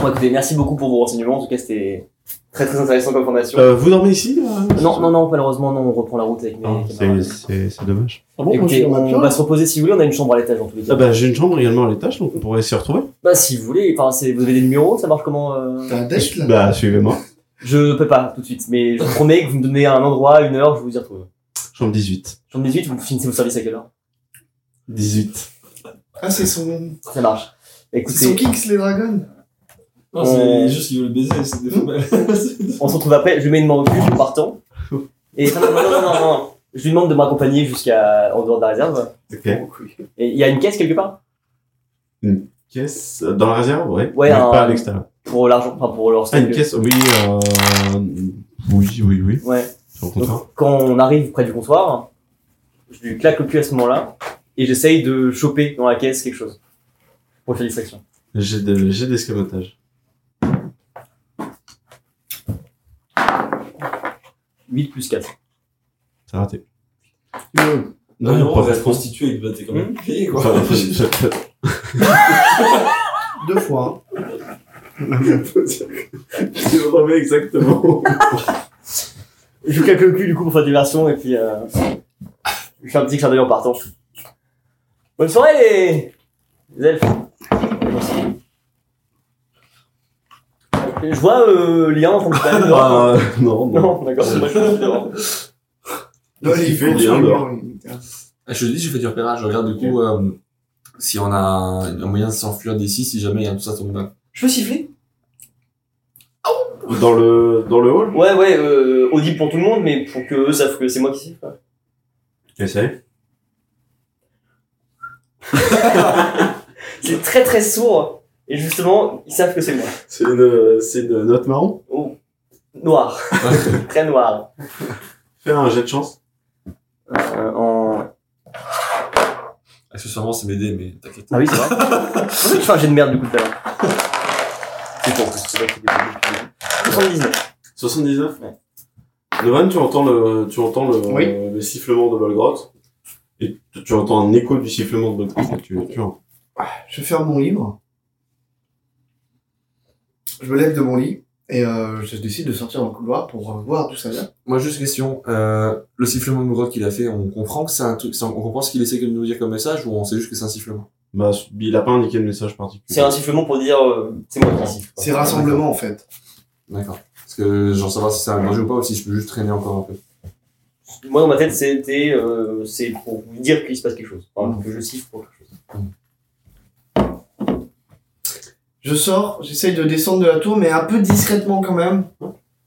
Bon écoutez, merci beaucoup pour vos renseignements. En tout cas, c'était très très intéressant comme formation.
Euh, vous dormez ici euh,
non, non, non, malheureusement, non, on reprend la route avec mes
Ah, c'est,
camarades.
c'est, c'est dommage.
Ah bon, moi, je
Écoutez,
suis dans ma
on
piole.
va se reposer si vous voulez, on a une chambre à l'étage en tous les cas.
Ah bah, j'ai une chambre également à l'étage, donc on pourrait s'y retrouver.
Bah si vous voulez, enfin, c'est- vous avez des numéros, ça marche comment euh
T'as un dash là
Bah, suivez-moi.
Je peux pas tout de suite, mais je vous promets que vous me donnez un endroit, une heure, je vous y retrouve.
Chambre 18.
Chambre 18, vous finissez vos services à quelle heure
18.
Ah, c'est son.
Ça marche.
C'est son
Écoutez,
kicks, les dragons.
Non, c'est
On-
juste qu'ils veulent baiser, c'est des
on se retrouve après, je lui mets une main au cul, je pars temps. Et non, non, non, non, non, non. Je lui demande de m'accompagner jusqu'à en dehors de la réserve.
Ok.
Et il y a une caisse quelque part
Caisse euh, dans la réserve, ouais.
Ouais,
Mais
un-
pas à l'extérieur.
Pour l'argent, enfin pour leur
Ah,
stock.
une caisse, oui, euh... oui, oui, oui.
Ouais.
Sur le comptoir.
Donc, quand on arrive près du comptoir, je lui claque le cul à ce moment-là et j'essaye de choper dans la caisse quelque chose. Pour faire distraction.
J'ai de, j'ai d'escamotage.
8 plus 4.
C'est raté.
Non.
Non, non, on
pas
va se
raté.
prostituer, bah, t'es quand même payé, quoi.
Enfin, enfin, je- je-
Deux fois. hein.
je remets exactement.
Je lui claque le cul du coup pour faire diversion et puis euh, je fais un petit clin d'œil en partant. Bonne soirée les, les elfes. Je vois euh, Lien en train de se balader dehors.
Ah, non, non.
Non, d'accord, c'est pas grave.
Non,
Qu'est-ce
il
qu'il fait,
fait
Léon, dehors
Ah, Je te dis, je fais du repérage, je regarde du coup euh, si on a un, un moyen de s'enfuir d'ici, si jamais il y a tout ça tombe mal.
Je peux siffler
Dans le, dans le hall
Ouais, ouais, euh, audible pour tout le monde, mais pour que eux savent que c'est moi qui siffle. quoi.
Essaye.
C'est très très sourd, et justement, ils savent que c'est moi.
C'est une, c'est une note marron.
Oh. Noir, très noir.
Fais un jet de chance.
Euh, en...
Accessoirement, c'est m'aider, mais t'inquiète.
Ah oui, c'est vrai. Je fais un jet de merde du coup tout à l'heure. C'est pour, c'est vrai qu'il est pas bon, depuis le début. 79.
79
Ouais.
Novan, tu entends le, tu entends le,
Oui.
le sifflement de Volgroth. Et tu, tu entends un écho du sifflement de Volgroth. Ah, Tu, tu entends.
Je ferme mon livre. Je me lève de mon lit et euh, je décide de sortir dans le couloir pour euh, voir d'où ça vient.
Moi, juste question. Euh, le sifflement de Mourad qu'il a fait, on comprend que c'est un truc, c'est- on comprend ce qu'il essaie de nous dire comme message ou on sait juste que c'est un sifflement
Bah, il a pas indiqué de message
C'est
particulier.
un sifflement pour dire euh, c'est moi qui siffle. quoi.
C'est rassemblement en fait.
D'accord. Parce que, genre, savoir si c'est un danger ou pas, ou si je peux juste traîner encore un peu.
Moi dans ma tête, c'était euh, c'est pour vous dire qu'il se passe quelque chose. Enfin, que je siffle pour quelque chose.
Je sors, j'essaye de descendre de la tour, mais un peu discrètement quand même.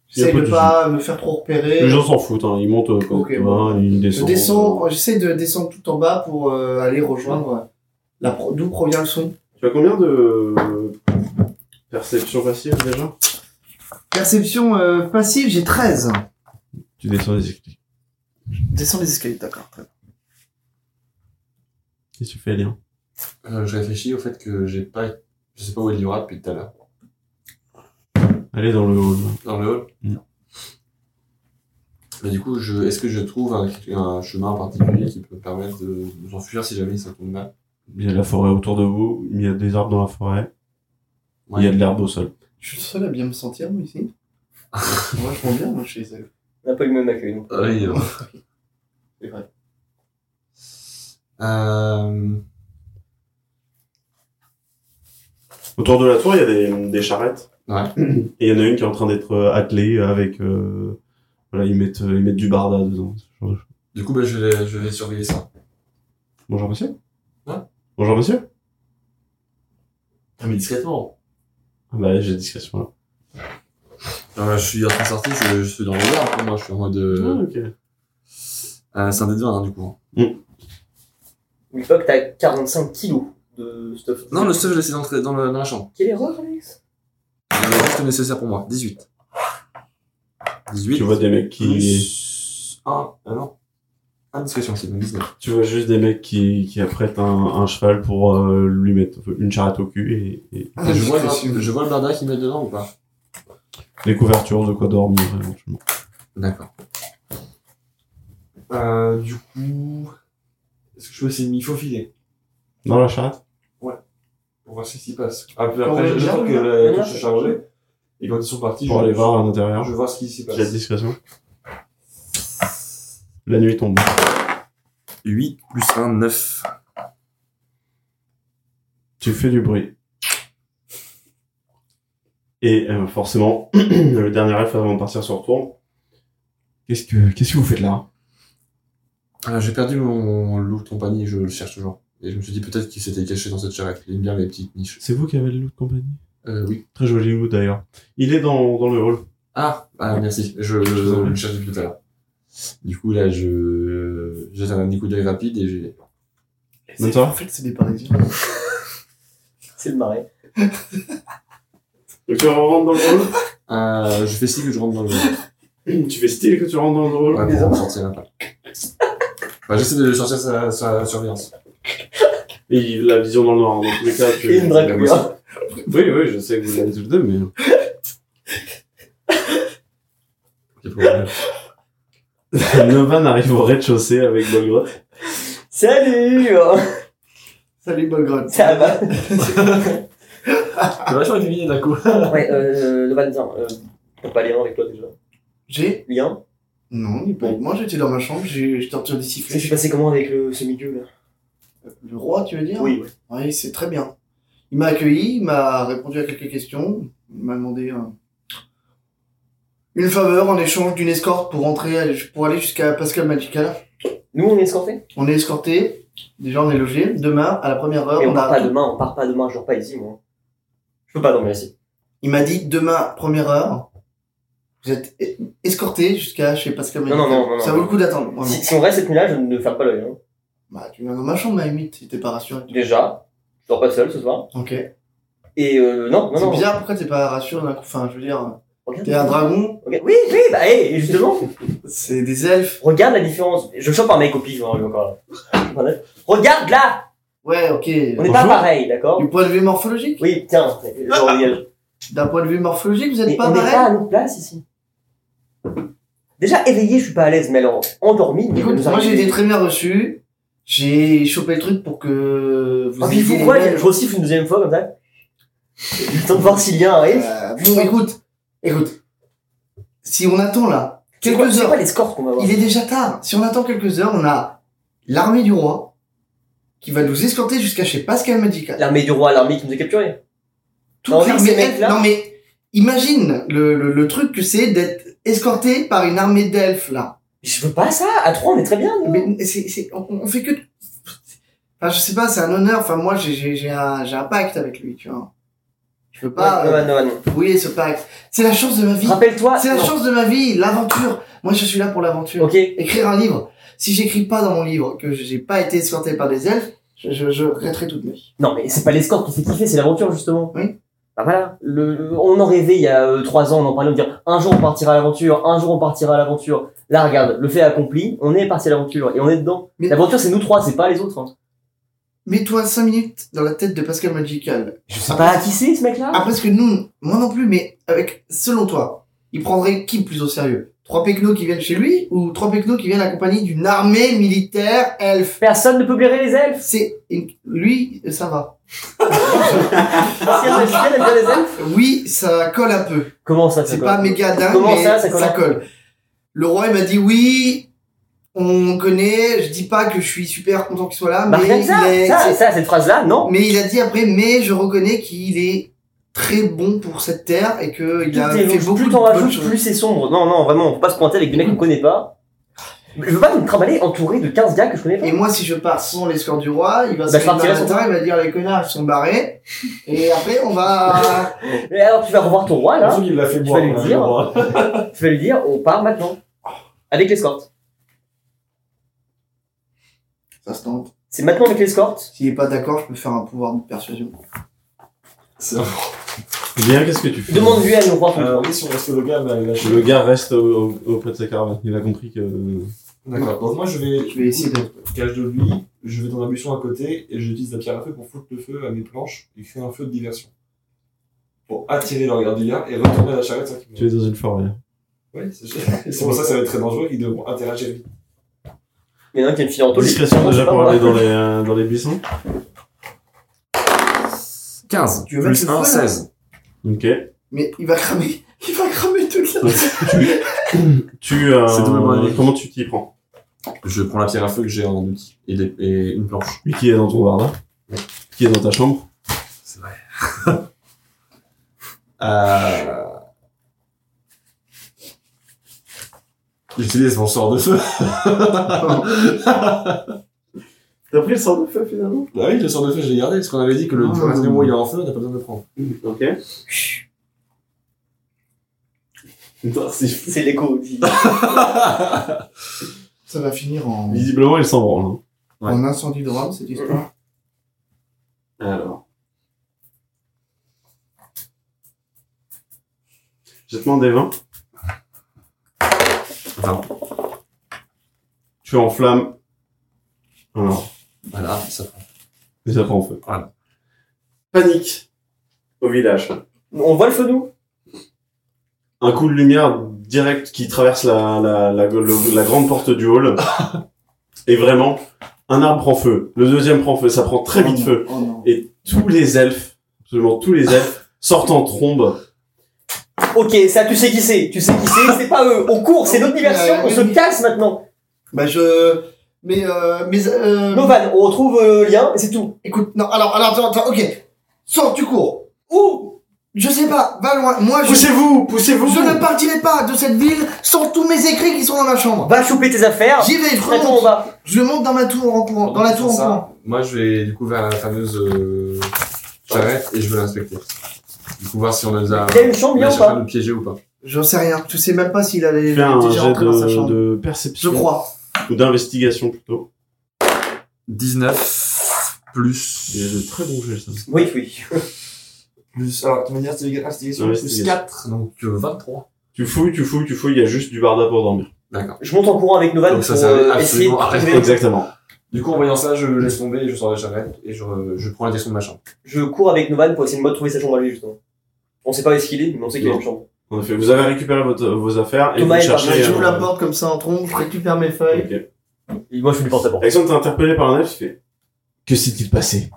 J'essaye
Il y a
de
peu de
pas me faire trop repérer.
Les gens s'en foutent, hein. ils montent euh, quand
Ok,
tu vas, ils
Je
descendent.
descends, j'essaye de descendre tout en bas pour euh, aller rejoindre la pro- d'où provient le son.
Tu as combien de perception facile déjà
Perception euh, passive, j'ai 13.
Tu descends les escaliers.
Descends les escaliers, d'accord. très bien.
Qu'est-ce que tu fais, Léon
Euh, je réfléchis au fait que j'ai pas. Je sais pas où est Liora depuis tout à l'heure.
Allez dans le hall.
Dans le hall
Mm.
Mais du coup, je... est-ce que je trouve un, un chemin particulier qui peut me permettre de nous enfuir si jamais ça tombe mal
Il y a la forêt autour de vous, il y a des arbres dans la forêt,
Ouais.
il y a de l'herbe au sol.
Je suis le seul à bien me sentir, moi, ici. moi, je rends bien, moi, chez eux.
On n'a pas eu le même accueil. non.
Ah oui, euh,
C'est vrai.
euh,
Autour de la tour, il y a des, des charrettes.
Ouais.
Et il y en a une qui est en train d'être euh, attelée avec... euh, voilà, ils mettent, euh, ils mettent du barda dedans. ce genre de choses.
Du coup, bah, je, vais, je vais surveiller ça.
Bonjour monsieur
Ouais.
Bonjour monsieur
Ah, mais discrètement.
Ah Bah j'ai discrétion là.
Euh, je suis en train de sortir, je, je suis dans le regard pour moi, je suis en mode. euh,
ok.
euh, c'est un dé de 20, hein, du coup.
Oublie pas que t'as 45 kilos de stuff.
Non, le stuff, je l'ai laissé dans, le- dans, le- dans la chambre.
Quelle erreur, Alex
Il est juste nécessaire pour moi. 18. 18.
Tu vois des mecs qui...
Plus 1. Ah non. Ah, discrétion, c'est donc 19.
Tu vois juste des mecs qui, qui apprêtent un, un cheval pour euh, lui mettre une charrette au cul et, et
Ah,
Et je, vois,
hein.
le- je vois le barda qu'ils mettent dedans ou pas
des couvertures de quoi dormir éventuellement.
D'accord. Euh, du coup. Est-ce que je peux essayer de m'y faufiler
Dans la charrette
pour voir ce qui s'y passe Ah, puis
Pour
après,
les
j'attends
gardes,
que
là
la
Non,
touche est chargée. Et quand ils sont partis,
Pour
je,
aller voir à
je,
l'intérieur.
vais voir ce qui s'y
La
passe.
discrétion. La nuit tombe.
8 plus 1, 9.
Tu fais du bruit. Et euh, forcément, le dernier elfe avant de partir se retourne. Qu'est-ce que qu'est-ce que vous faites là
Ah, j'ai perdu mon loup de compagnie, je le cherche toujours. Et je me suis dit peut-être qu'il s'était caché dans cette charrette. Il aime bien les petites niches.
C'est vous qui avez le loup de compagnie.
Euh, oui.
Très joli loup d'ailleurs. Il est dans, dans le hall.
Ah, ah merci. Je, je le cherche depuis tout à l'heure. Du coup, là, je. J'ai un coup d'œil rapide et j'ai.
Bonne
C'est-
soirée.
En fait, c'est des parisiens.
C'est le marais.
Donc tu rentres dans le
Euh, je fais signe que je rentre dans le.
hall. tu fais style que tu rentres dans le hall.
Ouais, pour en sortir un peu. Bah, j'essaie de sortir sa, sa Euh, surveillance.
Et il- la vision dans le noir. hein. Dans tous les cas, tu...
Et une
la
drague
moitié.
queen.
Oui, oui, je sais que vous l'avez tous les deux, mais.
Ok, pour le-
euh, Novan arrive au rez-de-chaussée avec Bolgrot.
Salut hein.
Salut, Belgrade.
Ça va
T'es vachement efféminé d'un coup.
Ouais, euh, Novan, viens. Euh, t'as pas lien avec toi déjà
J'ai
Lien
Non, il est pas avec moi, j'étais dans ma chambre, j'ai- j'étais en train de
Ça s'est
siffler.
passé comment avec le, ce milieu là
Le roi, tu veux dire
Oui, ouais.
Oui, c'est très bien. Il m'a accueilli, il m'a répondu à quelques questions, il m'a demandé euh, une faveur en échange d'une escorte pour rentrer, pour aller jusqu'à Pascal Magical.
Nous on est escortés
On est escorté, déjà on est logé. Demain, à la première heure,
Et on
on
part
a.
pas demain, on part pas demain, je dors pas ici moi. Je peux pas dormir ici.
Il m'a dit demain, première heure, vous êtes e- escorté jusqu'à chez Pascal
Non,
Magical.
non, non, non, non.
Ça vaut le coup d'attendre. vraiment.
Si, si on reste cette nuit-là, je ne ferme pas l'œil. hein.
Bah, tu viens dans ma chambre, à la limite, si t'es pas rassuré.
Déjà, je dors pas seul ce soir.
Ok.
Et euh, non, non,
C'est
non.
bizarre, pourquoi t'es pas rassuré d'un coup Enfin, je veux dire,
Regarde.
t'es un dragon,
Regarde- Oui, oui, bah, hey, justement,
c'est des elfes.
regarde la différence. Je chope un mec au pif, hein, lui, encore. là. Regarde là
Ouais, ok.
On n'est pas
Bonjour.
pareil, d'accord
Du point de vue morphologique
Oui, tiens, je regarde.
D'un point de vue morphologique, vous
Mais
êtes Ah, pas
on n'est pas
pareil
à notre place ici. Déjà éveillé, je suis pas à l'aise, mais alors endormi, mais
Écoute,
nous
moi j'ai
arrivons-
été très bien reçu. J'ai chopé le truc pour que vous
Ah, puis vous
ayez
quoi
les mêmes-
Je ressifle une deuxième fois comme ça. Le temps de voir si lien arrive.
Euh, bon, écoute, écoute. Si on attend là,
C'est quoi,
quelques
c'est
heures,
quoi les scores qu'on va avoir
il est déjà tard. Si on attend quelques heures, on a l'armée du roi qui va nous escorter jusqu'à chez Pascal Magica.
L'armée du roi, l'armée qui nous a capturés.
Toute
Non, mais
l'armée
ces
d'elfes-
mecs-là-
Non mais imagine le, le, le truc que c'est d'être escorté par une armée d'elfes là.
Je veux pas ça, à trois on est très bien, nous.
Mais c'est, c'est, on, on fait que. Enfin, je sais pas, c'est un honneur. Enfin, moi, j'ai, j'ai, j'ai, un, j'ai un pacte avec lui, tu vois. Je peux pas
non,
euh,
non, non.
brouiller ce pacte. C'est la chance de ma vie.
Rappelle-toi.
C'est la
Ah, non.
chance de ma vie, l'aventure. Moi, je suis là pour l'aventure.
Ok.
Écrire un livre. Si j'écris pas dans mon livre que j'ai pas été escorté par des elfes, je, je, je regretterai toute ma vie.
Non, mais c'est pas l'escorte qui fait kiffer, c'est l'aventure, justement.
Oui.
Bah voilà. Le, le- on en rêvait il y a euh, trois ans, on en parlait, on dire un jour on partira à l'aventure, un jour on partira à l'aventure. Là, regarde, le fait accompli, on est parti à l'aventure et on est dedans.
Mais-
L'aventure, c'est nous trois, c'est pas les autres. hein.
Mets-toi cinq minutes dans la tête de Pascal Magical.
Je sais pas qui c'est, ce mec-là.
Après ce que nous, moi non plus, mais avec, selon toi, il prendrait qui plus au sérieux Trois pecnos qui viennent chez lui ou trois pecnos qui viennent accompagnés d'une armée militaire elfe
Personne ne peut blairer les elfes.
C'est une- lui, ça va.
Parce qu'elles sont fidèles, elles veulent les elfes.
Oui, ça colle un peu.
Comment ça, ça
C'est
colle
pas méga dingue,
Comment
mais
ça,
ça,
ça colle un
colle. Le roi, il m'a dit oui. On connaît. Je dis pas que je suis super content qu'il soit là,
Bah,
mais
rien que ça,
il est-
ça,
c'est-
ça, cette phrase-là, non.
mais il a dit après, mais je reconnais qu'il est très bon pour cette terre et que il
Tout
a
est
fait
louche.
beaucoup
plus
de
t'en
bonnes
rajoutes,
choses. Mm.
plus c'est sombre. Non, non, vraiment, on peut pas se pointer avec des mecs qu'on connaît pas. Je veux pas me trimballer entouré de 15 gars que je connais pas.
Et moi, si je pars sans les scores du roi, il va
Bah, je
se lever
partirai
le matin, il va dire les connards, ils sont barrés. et après, on va.
Et alors tu vas revoir ton roi là,
truc, il l'a fait
Je
boire.
vais lui
on a
dire.
le droit.
Mm.
tu vas lui dire on part maintenant. Avec l'escorte.
Ça se tente.
C'est maintenant avec l'escorte.
S'il est pas d'accord, je peux faire un pouvoir de persuasion.
C'est un-
Bien, qu'est-ce que tu fais
Demande-lui à nous voir ton
Euh,
roi.
oui, si on reste au gamme, euh, lâche-
Le gars reste au- au- auprès de sa caravane. Il a compris que. euh,
D'accord. Donc moi, je vais,
Je vais essayer de.
cache de lui, je vais dans la buisson à côté et j'utilise la pierre à feu pour foutre le feu à mes planches et créer un feu de diversion. Pour attirer le regard du gars et retourner à la charrette. sans qu'il me-
Tu es dans une forêt.
Ouais, c'est c'est pour ça que ça va être très dangereux, ils devront interagir vite.
Il y en a un qui a une fille en tôle.
Discrétion déjà pour aller dans les, euh, dans les buissons.
15
Tu veux plus mettre le un, feu, là 16.
Ok.
Mais il va cramer. Il va cramer toute la.
Donc, tu, tu, euh,
C'est doublement un dé.
comment tu t'y prends
Je prends la pierre à feu que j'ai en outil et, des- et une planche.
Lui qui est dans ton jardin, qui est dans ta chambre.
C'est vrai. euh... J'utilise mon sort de feu.
T'as pris le sort de feu finalement
Bah oui, le sort de feu, je l'ai gardé parce qu'on avait dit que le
Ah.
premier moment où il est en feu, on n'a pas besoin de le prendre.
Ok. Merci.
C'est l'écho. qui-
Ça va finir en,
Visiblement, il s'en branle. hein.
Ouais.
en incendie de Rome, cette histoire.
Alors. Jettement des vins.
Vingt.
Tu enflammes. Alors,
Voilà, ça prend.
et ça prend feu.
Voilà.
Panique au village.
On voit le feu nous
un coup de lumière direct qui traverse la, la, la, le- la grande porte du hall. Et vraiment, un arbre prend feu. Le deuxième prend feu. Ça prend très vite
Oh non,
feu.
Oh non.
Et tous les elfes, absolument tous les elfes, sortent en trombe.
Ok, ça tu sais qui c'est. Tu sais qui c'est, c'est pas eux. On court, c'est notre diversion, on se casse maintenant.
Bah je. Mais euh. Mais euh.
Novan, on retrouve euh, lien et c'est tout.
Écoute, non, alors, alors, attends, attends, ok. Sors, tu cours. Où Je sais pas, va loin. Moi, je.
Poussez-vous, poussez-vous.
Je ne partirai pas de cette ville sans tous mes écrits qui sont dans ma chambre.
Va choper tes affaires.
J'y vais, je
Attends, on
remonte.
va.
Je monte dans ma tour en courant. Dans la tour en
Ça,
courant.
Moi, je vais du coup vers la fameuse euh, charrette et je vais l'inspecter. Du coup, voir si on nous a.
Il y a une chambre,
on a
bien ou
cherché à
pas
nous piéger ou pas.
J'en sais rien. Je sais même pas s'il allait
Fais un
déjà
jet
rentrer dans sa
de,
chambre.
de
Je
perception.
crois.
Ou d'investigation plutôt.
19
Il y a de
plus.
très bons jets, ça.
Oui, oui.
plus alors, tu m'as dit investigation plus
Investigation.
4, donc euh, 23.
Tu fouilles, tu fouilles, tu fouilles. Il y a juste du barda pour dormir.
D'accord.
Je monte en courant avec Novan
Donc ça,
pour
ça
euh,
avait
essayer de
Ah,
absolument
trouver-
Exactement.
Du coup, en voyant ça, je laisse tomber et je sors de la charrette et je, re- je prends la direction de ma chambre.
Je cours avec Novan pour essayer de moi de trouver sa chambre à lui, justement. On sait pas où est-ce qu'il est, mais on sait qu'il a
Non.
une chambre.
En effet, vous avez récupéré votre- vos affaires et
Thomas
vous
est parti.
cherchez.
J'ouvre
euh,
la porte comme ça en trompe, je récupère mes feuilles.
ok.
Et moi, je suis du porte à porte.
Alexandre, t'es interpellé par un elfe, tu fais Que s'est-il passé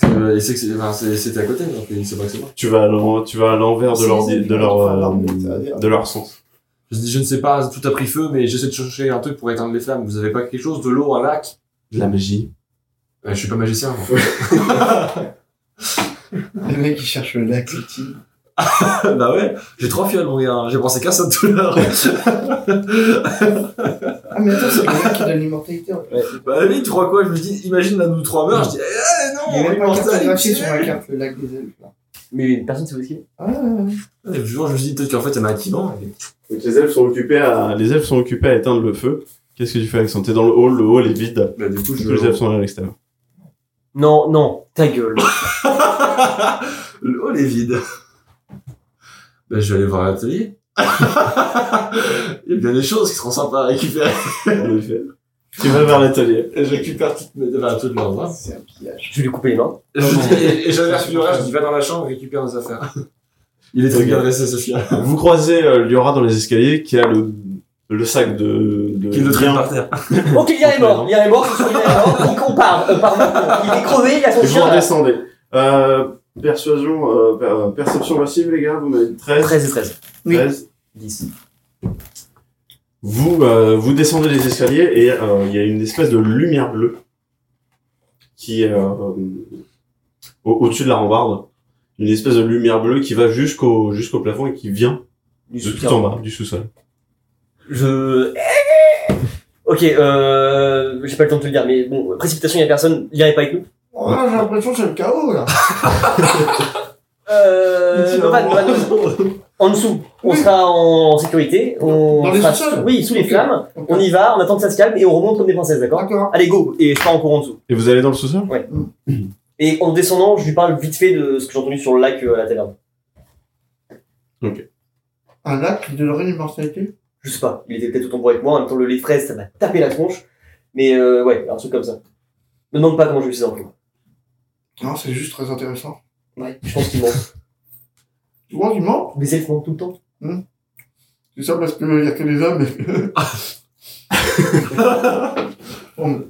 Parce que, euh, il sait que c'est- enfin, c'est- c'était à côté, donc il sait pas que c'est moi.
tu vas à l'en- tu vas à l'envers de
Si,
leur
si,
de
mais
leur
enfin,
euh,
pardon, ça veut dire-
de leur sens.
Je dis, je ne sais pas, tout a pris feu, mais j'essaie de chercher un truc pour éteindre les flammes. Vous avez pas quelque chose De l'eau, un lac
De la magie.
Euh, Je suis pas magicien, moi.
Le mec il cherche le lac, le petit.
bah ouais, j'ai trois fioles, mon gars. J'ai pensé qu'à ça tout à l'heure.
Ah mais attends, c'est le lac qui donne l'immortalité. en fait.
bah oui, tu crois quoi Je me dis, imagine, là, nous trois meurent. Je dis, eh non
Il n'y a même pas cartographié sur ma carte le lac des elfes. là.
Mais personne ne sait où est-ce qu'il est.
Ah, ouais, ouais, ouais.
Et puis, genre, je me suis dit peut-être qu'en fait, il y en a un qui ment. et-
Donc les elfes sont occupés à, les elfes sont occupés à éteindre le feu. Qu'est-ce que tu fais Alexandre T'es dans le hall, le hall est vide.
Bah, du coup,
Tous
je.
les elfes sont à l'extérieur.
Non, non, ta gueule.
Le hall est vide. Bah, je vais aller voir l'atelier. il y a bien des choses qui seront sympas à récupérer.
En effet. Tu vas vers l'atelier.
Et je récupère toutes mes. Enfin, toutes leurs affaires.
C'est un pillage.
Je vais lui couper les mains.
Et je- Et et j'avais reçu l'horaire, je dis va dans la chambre, récupère nos affaires. Il est très
Ok.
bien dressé, ce chien.
Vous croisez euh, Liora dans les escaliers qui a le, le sac de, de
Qui le traîne
liens.
par terre.
Ok, il est mort, il est mort, il est mort. Il compare, euh, on part maintenant. Il est crevé, il a son
Et vous
chien.
redescendez. Euh, persuasion, euh, per- perception passive les gars, vous m'avez 13,
13 et 13.
Oui.
13.
10.
Vous, euh, vous descendez les escaliers et euh, il y a une espèce de lumière bleue qui est euh, au- au-dessus de la rambarde. Une espèce de lumière bleue qui va jusqu'au jusqu'au plafond et qui vient
Du
de tout
soutien.
en bas, du sous-sol.
Je. Eh, Ok, euh. J'ai pas le temps de te le dire, mais bon, précipitation, il y a personne. Il est pas avec nous.
Oh là, j'ai l'impression que c'est le chaos là.
Euh. Novan, Novan, Novan. En dessous, on
Oui.
sera en sécurité. On
Dans les
sera-
sous-sols
Oui, sous les
Ok.
flammes. On y va, on attend que ça se calme et on remonte comme des princesses, d'accord
D'accord.
Allez, go Et je pars en courant en dessous.
Et vous allez dans le sous-sol
Et en descendant, je lui parle vite fait de ce que j'ai entendu sur le lac euh, à la taverne.
Un lac qui donnerait l'immortalité
Je sais pas, il était peut-être autant pour avec moi. En même temps, le lait de fraise, ça m'a tapé la tronche. Mais euh, ouais, un truc comme ça. Ne demande pas comment je lui suis infos.
Non, c'est juste très intéressant.
Ouais, je pense qu'il ment.
Tu vois, tu mens
Mais c'est le fond tout le temps.
C'est ça parce qu'il n'y a que des hommes. mais- Bon,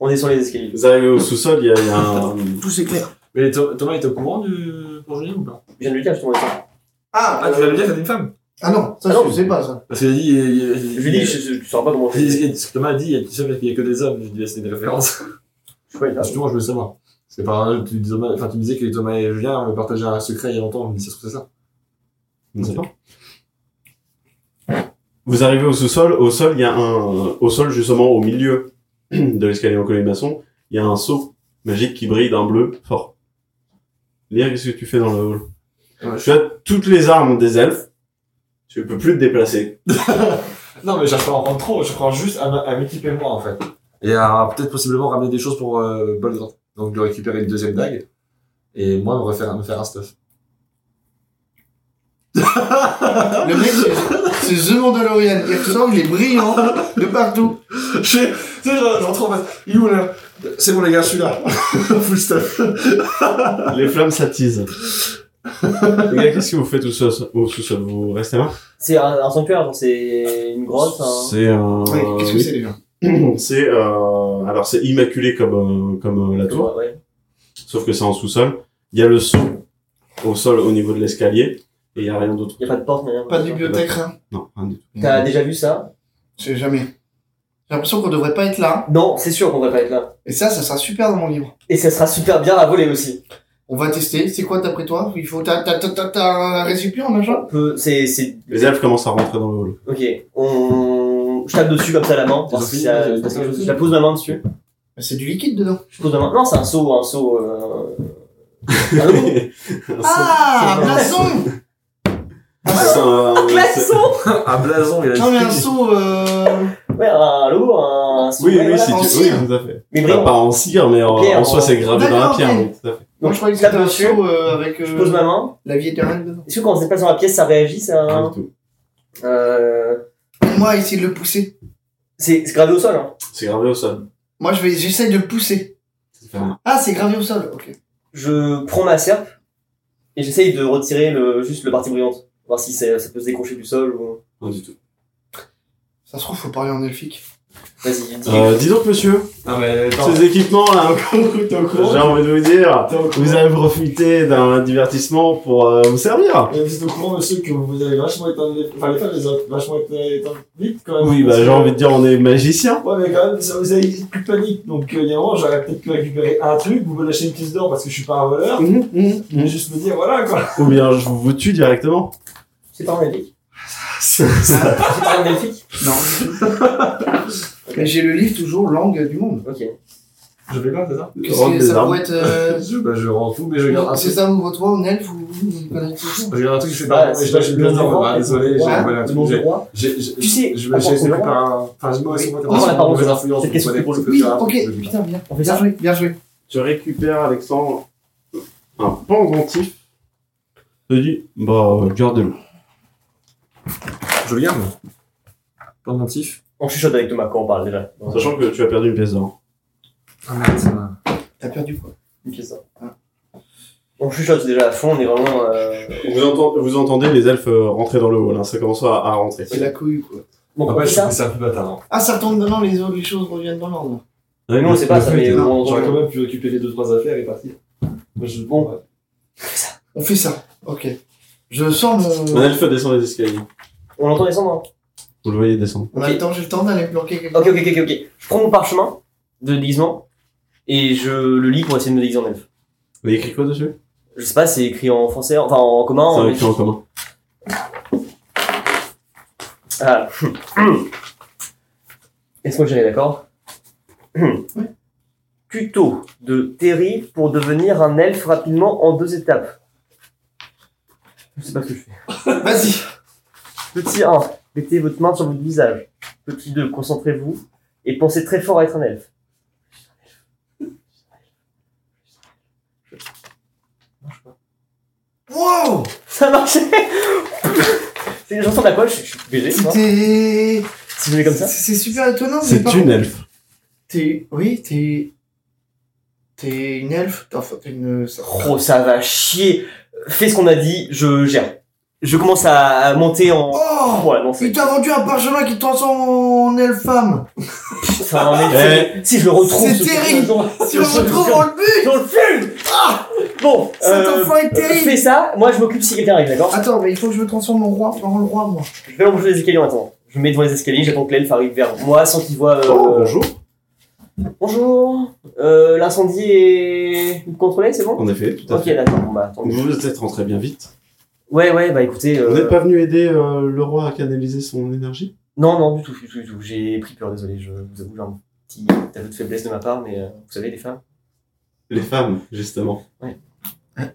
On descend les escaliers.
Vous arrivez au sous-sol, il y a, il y a un...
Tout s'éclaire.
Mais Tho- Thomas, il était au courant du projet ou pas
Je viens de lui dire, justement, ça.
Ah,
Ah, tu vas
euh,
lui dire, t'as une femme
ah non, ça
Ah non.
je sais pas ça.
Parce qu'il a dit. il- il-
Je lui dis, je, je- tu sauras pas comment je
Il-
suis.
il- ce que Thomas a dit, il y a- tu sais, parce qu'il y a que des hommes, je lui dis, c'est une référence.
Je suis pas là.
Ah, Justement, je veux savoir. Parce que par exemple, tu disais, enfin, tu disais que Thomas et Julien avaient partagé un secret il y a longtemps, mais ça se trouve, c'est ça.
Je sais pas. Vous arrivez au sous-sol, au sol, il y a un... Au sol, justement, au milieu de l'escalier en colimaçon, il y a un seau magique qui brille d'un bleu fort. Léa, qu'est-ce que tu fais dans le hall
Ouais, je-
Tu as toutes les armes des elfes. Tu peux plus te déplacer.
Non, mais j'arrive pas à en prendre trop, je prends juste à, ma- à m'équiper moi, en fait. Et à peut-être possiblement ramener des choses pour euh, Baldrin. Donc, de récupérer une deuxième dague. Et moi, me, refaire, me faire un stuff.
Le mec, c'est c'est The Mandalorian. Il ressemble, il est brillant de partout.
Je sais, tu sais, je rentre en face. Il est où là C'est bon, les gars, je suis là. Full stuff.
Les flammes s'attisent. Les gars, qu'est-ce que vous faites au sous- au sous-sol Vous restez là
C'est un, un sanctuaire, genre, c'est une grotte. Un...
C'est un.
Ouais, Qu'est-ce que c'est déjà
c'est C'est euh, alors c'est immaculé comme euh, comme euh, la tour,
Ouais, ouais.
sauf que c'est en sous-sol. Il y a le seau au sol au niveau de l'escalier et il y a rien d'autre.
Y a pas de porte, ni rien.
Pas de bibliothèque, rien.
Non, rien du tout.
T'as déjà vu ça
Je sais jamais. J'ai l'impression qu'on devrait pas être là.
Non, c'est sûr qu'on va pas être là.
Et ça, ça sera super dans mon livre.
Et ça sera super bien à voler aussi.
On va tester. C'est quoi d'après toi Il faut. T'as t'as- t'as- t'as- t'as un récipient, machin
On peut, c'est, c'est,
Les elfes commencent à rentrer dans le hall.
ok. On, je tape dessus comme ça la main. Parce que
Ils ont
ça-
fini,
parce que
ils ont
je,
fini.
je la pose ma main dessus.
Mais Bah, C'est du liquide dedans.
Je pose ma main. Non, c'est un seau, un seau. Euh... un autre.
C'est
Ah,
c'est
un-
vrai. Un
un glaçon Ah,
c'est-
glaçon
Un blason, il a
Non, mais un
dit.
seau. euh,
Ouais, un logo, un. un seau,
Oui,
ouais,
oui,
voilà.
si
Ah, en
tu Ah,
cire.
oui, tout à fait.
Mais
Enfin,
vraiment.
Pas en cire, mais en,
Pierre,
en soi,
en-
c'est gravé dans la
D'accord,
pierre.
Ah, ok.
oui, tout à fait.
Moi, je croyais que c'était
tape
un
dessus.
seau euh, avec euh,
Je pose ma main.
la vie éternelle dedans.
Est-ce que quand on se déplace dans la pièce, ça réagit
Rien
Ah.
ça...
du tout.
Euh...
Moi, essayer de le pousser.
C'est c'est gravé au sol. Hein.
C'est gravé au sol.
Moi, je vais, j'essaye de le pousser.
C'est fait.
Ah, c'est gravé au sol. Ok.
Je prends ma serpe et j'essaye de retirer le, juste le partie brillante. Voir si ça, ça peut se décrocher du sol ou.
Rien du tout.
Ça se trouve, faut parler en elfique.
Vas-y, dis.
Euh, dis donc, monsieur,
Non, mais attends.
ces équipements là,
T'es au courant
j'ai envie de vous dire,
T'es au courant
vous avez profité d'un divertissement pour euh, vous servir.
Et vous êtes au courant de ceux que vous avez vachement étonné, enfin les femmes les ont vachement étonné vite quand même.
Oui, bah j'ai envie de dire, on est magicien.
Ouais, mais quand même, ça, vous avez une petite panique, donc euh, il y a un moment, j'aurais peut-être pu récupérer un truc, vous me lâchez une pièce d'or parce que je suis pas un voleur,
Mmh,
mais juste me dire voilà quoi.
Ou bien je vous tue directement.
C'est pas un elfique.
Ah,
C'est pas un elfique
non. Mais j'ai le livre toujours langue du monde.
Ok.
Je fais quoi, c'est ça
Qu'est-ce que ça pourrait être. euh,
je, bah, je rends tout, mais je ah, garde un
C'est
truc.
ça, ouvre toi, en elfe ou une connerie de ce genre
Je garde un truc, je fais pas. mais Je lâche le nom, bah, désolé, j'ai
Ouais.
volé un
Le
truc.
nom du
j'ai-
roi.
j'ai- j'ai-
Tu sais,
Je
à
me
part
j'ai été
son
pris
droit.
par un. Enfin, je moi, c'est moi qui ai
Oui.
reçu
Oh, la parole.
mauvaise influence.
C'est
vous
qu'est-ce que
connaissez,
c'est pour
Oui,
etc.
ok,
Je-
putain, bien.
On fait
Bien
ça
joué, bien joué.
Tu récupères, Alexandre, un pendentif. Tu dis, bah, garde-le.
Je le garde. Pendentif.
On chuchote avec Thomas quand on parle déjà. Donc,
Sachant que tu as perdu une pièce d'or.
Ah merde, ça va.
T'as perdu quoi
ok, ça. On chuchote déjà à fond, on est vraiment. euh,
Vous, entend- vous entendez les elfes euh, rentrer dans le hall, hein, ça commence à, à rentrer.
C'est la cohue quoi.
Donc on
Après,
fait
je
ça.
trouve que c'est un peu bâtard. hein.
Ah, ça retombe maintenant, les, autres- les choses reviennent dans l'ordre.
Non, on sait pas ça, mais
Ah non,
on-
J'aurais quand même pu récupérer deux, trois affaires et partir. Moi, je. Bon, ouais.
On fait ça, ok. Je sens mon.
Un elfe descend les escaliers.
on l'entend descendre. hein.
Vous le voyez descendre.
On a le temps, j'ai le temps d'aller planquer quelque
Ok, ok, ok, ok, ok. Je prends mon parchemin de déguisement et je le lis pour essayer de me déguiser en elfe.
Vous avez écrit quoi dessus
Je sais pas, c'est écrit en français, enfin en commun.
C'est
en-
un écrit en commun.
Ah. Est-ce que j'allais d'accord Tuto de Terry pour devenir un elfe rapidement en deux étapes. Je sais pas ce que je fais.
Vas-y
Petit 1, mettez votre main sur votre visage. Petit 2, concentrez-vous et pensez très fort à être un elfe.
Wow
Ça marchait C'est une chanson de la poche, je suis BG, moi.
T'es.
si je mets comme ça.
C'est super étonnant, mais
C'est
par
une elfe.
T'es. Oui, t'es. T'es une elfe Enfin, t'es une. ça-
Oh, ça va chier. Fais ce qu'on a dit, je gère. Je commence à à monter en...
Oh
Ouais, non, c'est...
Il t'a vendu un parchemin qui te transforme en elfe femme
Putain, en
Eh.
effet, si je le retrouve...
C'est
ce putain
terrible.
de jour-
Ah,
Tu le retrouves dans le Ah but
Dans le film Bon,
Cet
euh,
enfant est terrible Ah.
fais ça, moi je m'occupe si quelqu'un arrive, d'accord
Attends, mais il faut que je me transforme en roi, en le roi, moi.
Je vais embaucher les escaliers en attendant. Je me mets devant les escaliers, j'attends que l'elfe arrive vers moi sans qu'il voit... euh,
Oh, bonjour.
Bonjour euh, L'incendie est... Vous me contrôlez, c'est bon
En effet, tout à
Ok,
fait.
d'accord, bon bah attends.
Vous êtes rentré bien vite.
Ouais, ouais, bah écoutez...
Vous
euh,
n'êtes pas venu aider euh, le roi à canaliser son énergie
Non, non, du tout, du tout, du tout. J'ai pris peur, désolé, je vous avoue, j'ai un petit aveu de faiblesse de ma part, mais euh, vous savez, les femmes.
Les femmes, justement.
Mais non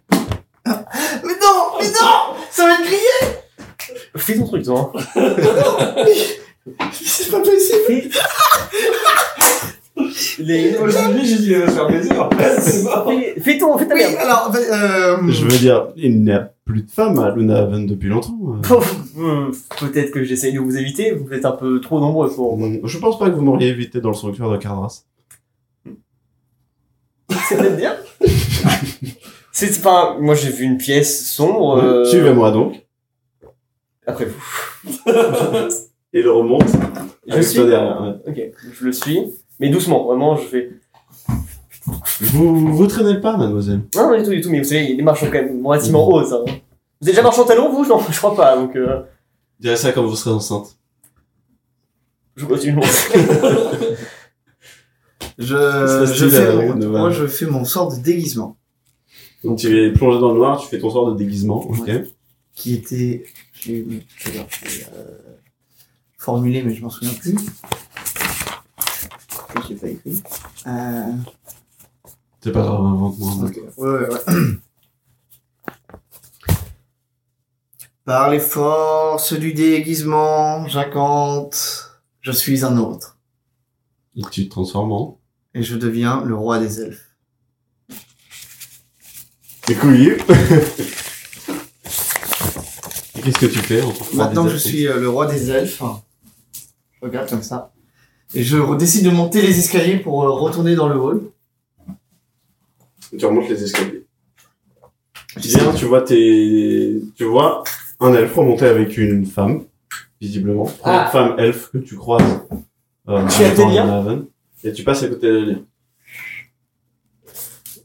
Mais non Ça va être grillé
Fais ton truc, toi. hein.
C'est pas possible
Fais. Les-
Moi, je l'ai dit, j'ai dit, il va se faire plaisir. C'est mort.
Fais, fais ton, fais ta
Oui,
merde.
alors, vas- euh...
Je veux dire, il n'y a plus de femmes à Lunahaven depuis longtemps. euh.
Pouf, hum, Peut-être que j'essaye de vous éviter, vous êtes un peu trop nombreux pour.
Je pense pas que vous m'auriez évité dans le sanctuaire de Cardras.
C'est peut-être bien. C'est c'est pas. un- Moi, j'ai vu une pièce sombre. euh,
Suivez-moi donc.
Après vous.
Et le remonte. Euh,
Je
avec
suis.
toi derrière, ouais.
Ok, je le suis, mais doucement, vraiment, je fais.
Vous vous traînez le pas, mademoiselle.
Non, non, du tout, du tout, mais vous savez, les marches sont quand même relativement hautes. hein. Vous avez déjà marché en talons, vous Non, je crois pas, donc. euh,
Je dirais ça quand vous serez enceinte.
Je continue mon
C'est
Je, je
facile,
fais
euh,
mon,
de
moi,
voir.
je fais mon sort de déguisement,
Donc tu es plongé dans le noir, tu fais ton sort de déguisement. Ok.
qui était, je l'ai je l'ai- je l'ai, euh, formulé, mais je m'en souviens plus. Je l'ai pas écrit. Euh,
C'est pas grave, invente-moi.
ok. Ouais, ouais, ouais. Par les forces du déguisement, j'invente, je suis un autre,
Et tu te transformes en.
et je deviens le roi des elfes.
T'es couillé. Et qu'est-ce que tu fais en tant que roi
Maintenant,
des
je
elfes
suis euh, le roi des elfes. Je regarde comme ça. Et je décide de monter les escaliers pour euh, retourner dans le hall.
Tu remontes les escaliers. Bien, tu vois tes, tu vois un elfe remonter avec une femme, visiblement. Première
Ah.
femme elfe que tu croises. Euh,
Tu as
dans
Delia
Haven. Et tu passes à côté de Delia.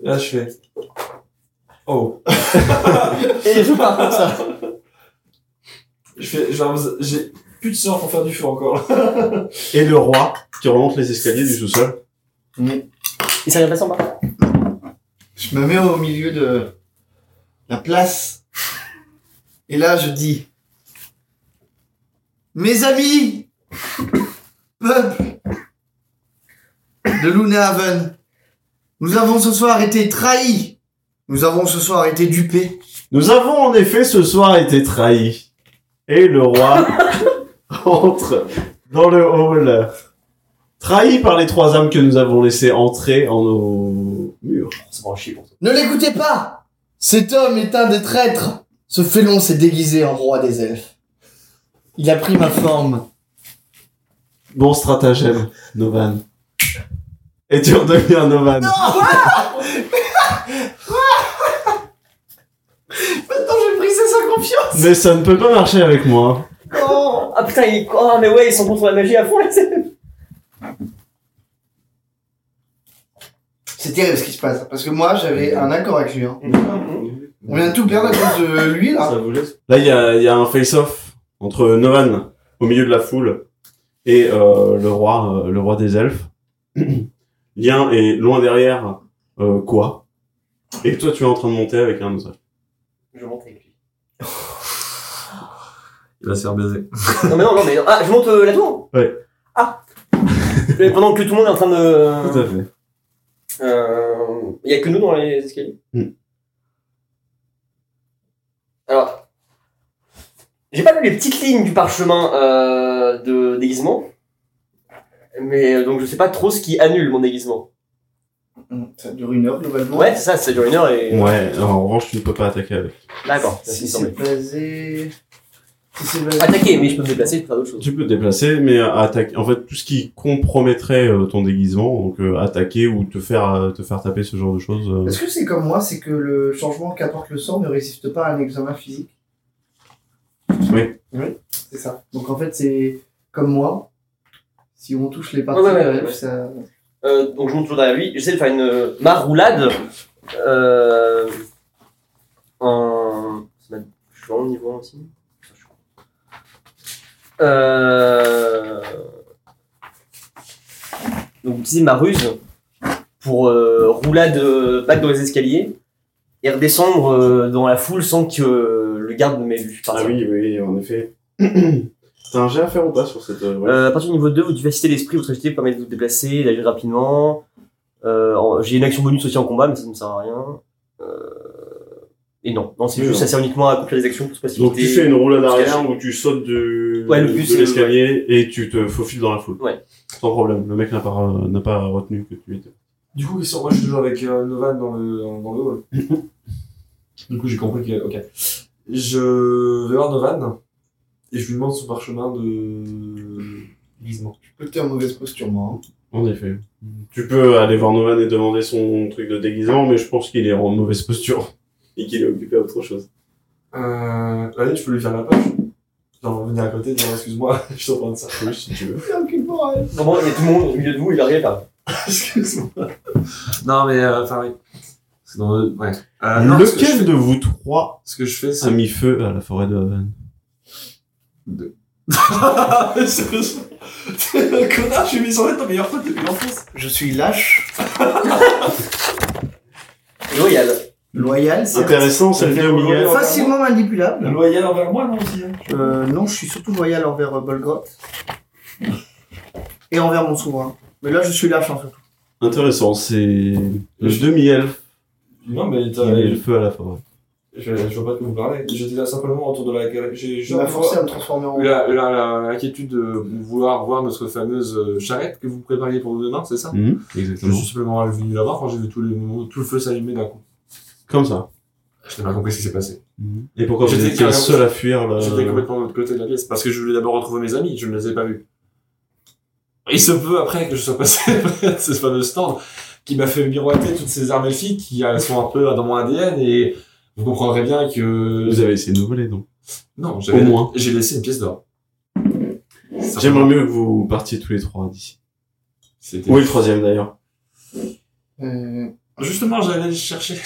Là, je fais. Oh.
Et je pars comme ça.
Je fais, genre, vous- j'ai plus de sort pour faire du feu encore.
Et le roi qui remonte les escaliers du sous-sol.
Il s'est rien passé en bas
Je me mets au milieu de la place. Et là, je dis Mes amis, peuple de Luna Haven,
Nous avons ce soir été trahis. Nous avons ce soir été dupés.
Nous avons en effet ce soir été trahis. Et le roi entre dans le hall, trahi par les trois âmes que nous avons laissées entrer en nos murs.
C'est pas un chier pour toi.
Ne l'écoutez pas Cet homme est un des traîtres. Ce félon s'est déguisé en roi des elfes. Il a pris ma forme.
Bon stratagème, Novan. Et tu redeviens Novan.
Maintenant, j'ai brisé sa confiance.
Mais ça ne peut pas marcher avec moi.
Oh.
Ah putain, ils... oh, mais ouais, ils sont contre la magie à fond là, c'est-
C'est terrible ce qui se passe. Parce que moi,
Mm.
j'avais un accord avec lui. hein. On vient de tout perdre à cause de lui,
Ah.
là.
vous laisse
Là, il y a, il y a un face-off entre Novan, au milieu de la foule, et euh, le roi, euh, le roi des elfes. Lien est loin derrière. Euh, quoi Et toi, tu es en train de monter avec un oiseau.
Je monte avec lui.
Il va se faire baiser.
Non, mais non, non, mais. Ah, je monte euh, la tour
Ouais.
Ah Mais Pendant que tout le monde est en train
Tout
de.
à fait.
Euh, Il y a que nous dans les escaliers.
Hmm.
Alors. J'ai pas vu les petites lignes du parchemin euh, de déguisement. Mais euh, donc je sais pas trop ce qui annule mon déguisement.
Ça dure une heure globalement.
Ouais, c'est ça, ça dure une heure et.
Ouais, en revanche, tu ne peux pas attaquer avec.
D'accord. c'est ce qui
Si
me
c'est
semblait.
basé. Si c'est basé.
Attaquer, mais je peux me déplacer, je peux faire d'autres choses.
Tu peux te déplacer, mais attaquer. En fait, tout ce qui compromettrait euh, ton déguisement, donc euh, attaquer ou te faire euh, te faire taper ce genre de choses. euh,
Est-ce que c'est comme moi, c'est que le changement qu'apporte le sort ne résiste pas à un examen physique
Oui.
Oui, c'est ça. Donc en fait, c'est comme moi. Si on touche les parties,
Ouais, ouais, ouais,
bref,
ouais.
ça.
Euh, donc je monte toujours derrière lui, j'essaie de faire une euh, ma roulade. Euh, en... ça m'a- Je suis vraiment niveau 1 aussi. Putain, je suis con. Euh... Donc utiliser ma ruse pour euh, roulade euh, back dans les escaliers et redescendre euh, dans la foule sans que euh, le garde m'ait vu.
Ah oui, oui, en effet. T'as un jet à faire ou pas sur cette. euh, ouais.
Euh, à partir du niveau 2, votre vivacité d'esprit, votre agilité vous permet de vous déplacer, d'agir rapidement. Euh, en- J'ai une action bonus aussi en combat, mais ça ne me sert à rien. Euh, Et non, non c'est
Oui,
juste,
non.
ça sert uniquement à accomplir des actions pour se passer
Donc tu fais une roulade arrière
cacher.
où tu sautes du,
Ouais, le
de
but, c'est-
l'escalier et tu te faufiles dans la foule.
Ouais.
Sans problème, le mec n'a pas, euh, n'a pas retenu que tu étais.
Du coup, ils sont... moi je suis toujours avec euh, Novan dans le, dans, dans le hall. du coup, j'ai compris que. Ok. Je vais voir Novan et je lui demande son parchemin de. déguisement.
Je peux te faire mauvaise posture, moi. hein.
En effet. Tu peux aller voir Novan et demander son truc de déguisement, mais je pense qu'il est en mauvaise posture et qu'il est occupé à autre chose.
Euh. Allez, je peux lui faire la poche Genre, venir à côté, dire excuse-moi, je suis en train de ça.
Oui, si tu veux.
Vraiment, il y a tout le monde au milieu de vous, il arrive à
Excuse-moi. Non, mais euh, enfin, oui. C'est dans le. Ouais. Euh, non, ce que je
Lequel
fais-
de vous trois
Ce que je fais,
a
c'est.
mis feu à la forêt de Novan
Sérieusement. T'es un connard, je suis mis sur être ton meilleur pote depuis l'enfance.
Je suis lâche,
Loyal.
loyal, certes.
Intéressant, celle de Miguel.
facilement manipulable.
Loyal envers moi, non aussi.
Euh, non, je suis surtout loyal envers euh, Bolgroth. Et envers mon souverain. Mais là, je suis lâche, en fait.
Intéressant, c'est le demi-elfe
Non, mais
qui met le
t'as-
feu à la forêt.
je, je vois pas de quoi vous parlez. J'étais là simplement autour de la galerie. J'ai
Je
j'ai
m'a forcé à
encore
me transformer en.
eu la, la, la, l'inquiétude de vouloir voir notre fameuse euh, charrette que vous prépariez pour demain, c'est ça
Hmm
Je
exactement.
suis simplement venu la voir quand j'ai vu tout le, tout le feu s'allumer d'un coup.
Comme ça.
Je n'ai pas compris ce qui s'est passé.
Et pourquoi vous
J'étais
étiez le
carrément-
seul à fuir là
J'étais complètement de l'autre côté de la pièce parce que je voulais d'abord retrouver mes amis, je ne les ai pas vus. Il se peut après que je sois passé près de ce fameux stand qui m'a fait miroiter toutes ces armes elfiques qui euh, sont un peu dans mon ADN et vous comprendrez bien que.
Vous avez essayé de nous voler donc.
Non, j'avais-
Au moins.
j'ai laissé une pièce d'or.
J'aimerais mieux que vous partiez tous les trois d'ici.
C'était.
Où est le troisième d'ailleurs
Euh,
Justement, j'allais le chercher.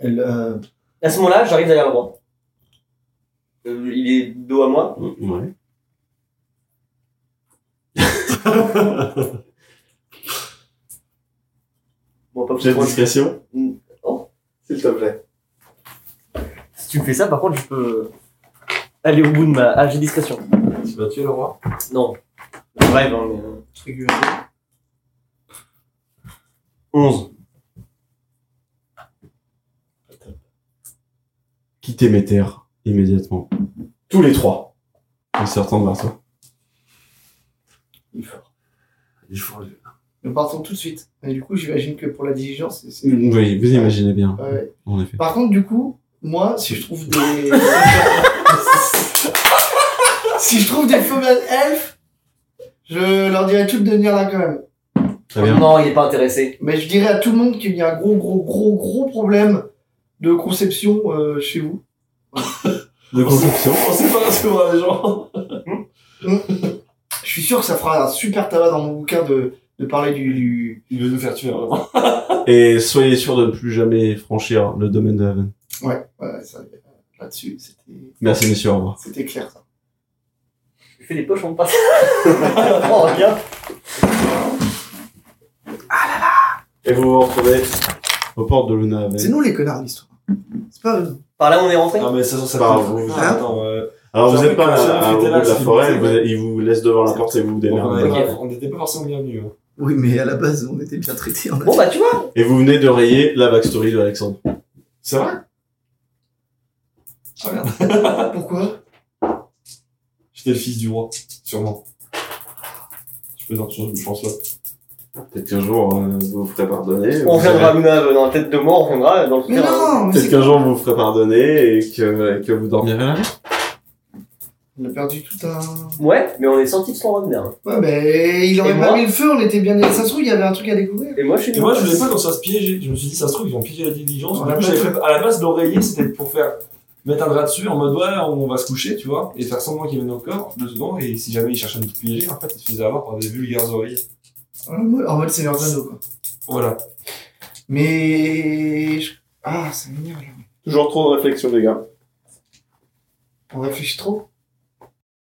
elle, euh,
À ce moment-là, j'arrive derrière le roi. Euh, il est dos à moi.
Ouais.
Bon, pas
J'ai
plus
discrétion
Oh.
S'il te plaît.
Si tu me fais ça, par contre, je peux aller au bout de ma. Ah, j'ai discrétion.
Tu vas tuer le roi
Non. Bref, hein, mais. euh,
truc du-
11.
quitter mes terres immédiatement. Tous les trois. En sortant de Varsovie.
Il est fort.
Il est fort, lui.
Nous partons tout de suite. Et du coup, j'imagine que pour la diligence, c'est- c'est.
Oui, vous imaginez bien,
Ouais.
en effet.
Par contre, du coup, moi, si je trouve des. si je trouve des femelles elfes, je leur dirais toutes de venir là quand même.
Très bien.
Non, il est pas intéressé.
Mais je dirais à tout le monde qu'il y a un gros, gros, gros, gros problème de conception euh, chez vous.
De conception.
On sait pas ce que voient les gens.
Je suis sûr que ça fera un super tabac dans mon bouquin de, de parler du, du-
Il veut nous faire tuer, vraiment.
Et soyez sûr de ne plus jamais franchir le domaine de Haven.
Ouais, ouais, ça- là-dessus, c'était-
Merci, messieurs, au revoir.
c'était clair ça.
Je fais des poches en passe. oh, regarde.
Et vous vous retrouvez aux portes de Luna Haven.
C'est nous les connards de l'histoire. C'est pas eux.
Par là, on est rentré.
Non, mais ça, ça,
Bah,
ça.
vous-
vous-
Hein
Attends, euh,
Alors vous
J'avais
n'êtes pas
comme ça,
à- à- au bout
j'étais
de
là,
la
c'est-
forêt,
c'est-
vous- ils vous laissent devant la porte et vous vous
Donc, on
démerdez.
avait-
Ok.
On n'était pas forcément bienvenus. hein.
Oui, mais à la base, on était bien traités. On a-
Bon, bah, tu vois.
Et vous venez de rayer la backstory de Alexandre.
C'est vrai
Pourquoi
J'étais le fils du roi, sûrement. Je plaisante, je je pense pas.
Peut-être qu'un jour euh, vous vous ferez pardonner.
On
vous
reviendra à
aurez-
Luna euh, dans la tête de moi, on reviendra dans le
Mais non mais
Peut-être
c'est-
qu'un jour vous vous ferez pardonner et que, et que vous dormirez là.
On a perdu tout un.
Ouais, mais on est sorti de son runner.
Ouais, mais il
Et
aurait pas
moi
mis le feu, on était bien. Ça se trouve, il y avait un truc à découvrir.
Et moi, je suis
Et moi, je voulais pas qu'on se fasse piéger. Je me suis dit, ça se trouve, ils vont piéger la diligence.
Ouais,
Du coup,
ouais.
j'avais fait- à la base, l'oreiller, c'était pour faire mettre un drap dessus en mode ouais, on va se coucher, tu vois, et faire semblant qu'ils viennent au corps deux secondes. Et si jamais ils cherchaient à nous piéger, en fait, ils se faisaient avoir par des vulgaires oreillers.
En mode en mode Seigneur Zano, quoi.
Voilà.
Mais. je- Ah, ça m'énerve là.
Toujours trop de réflexion, les gars.
On réfléchit trop.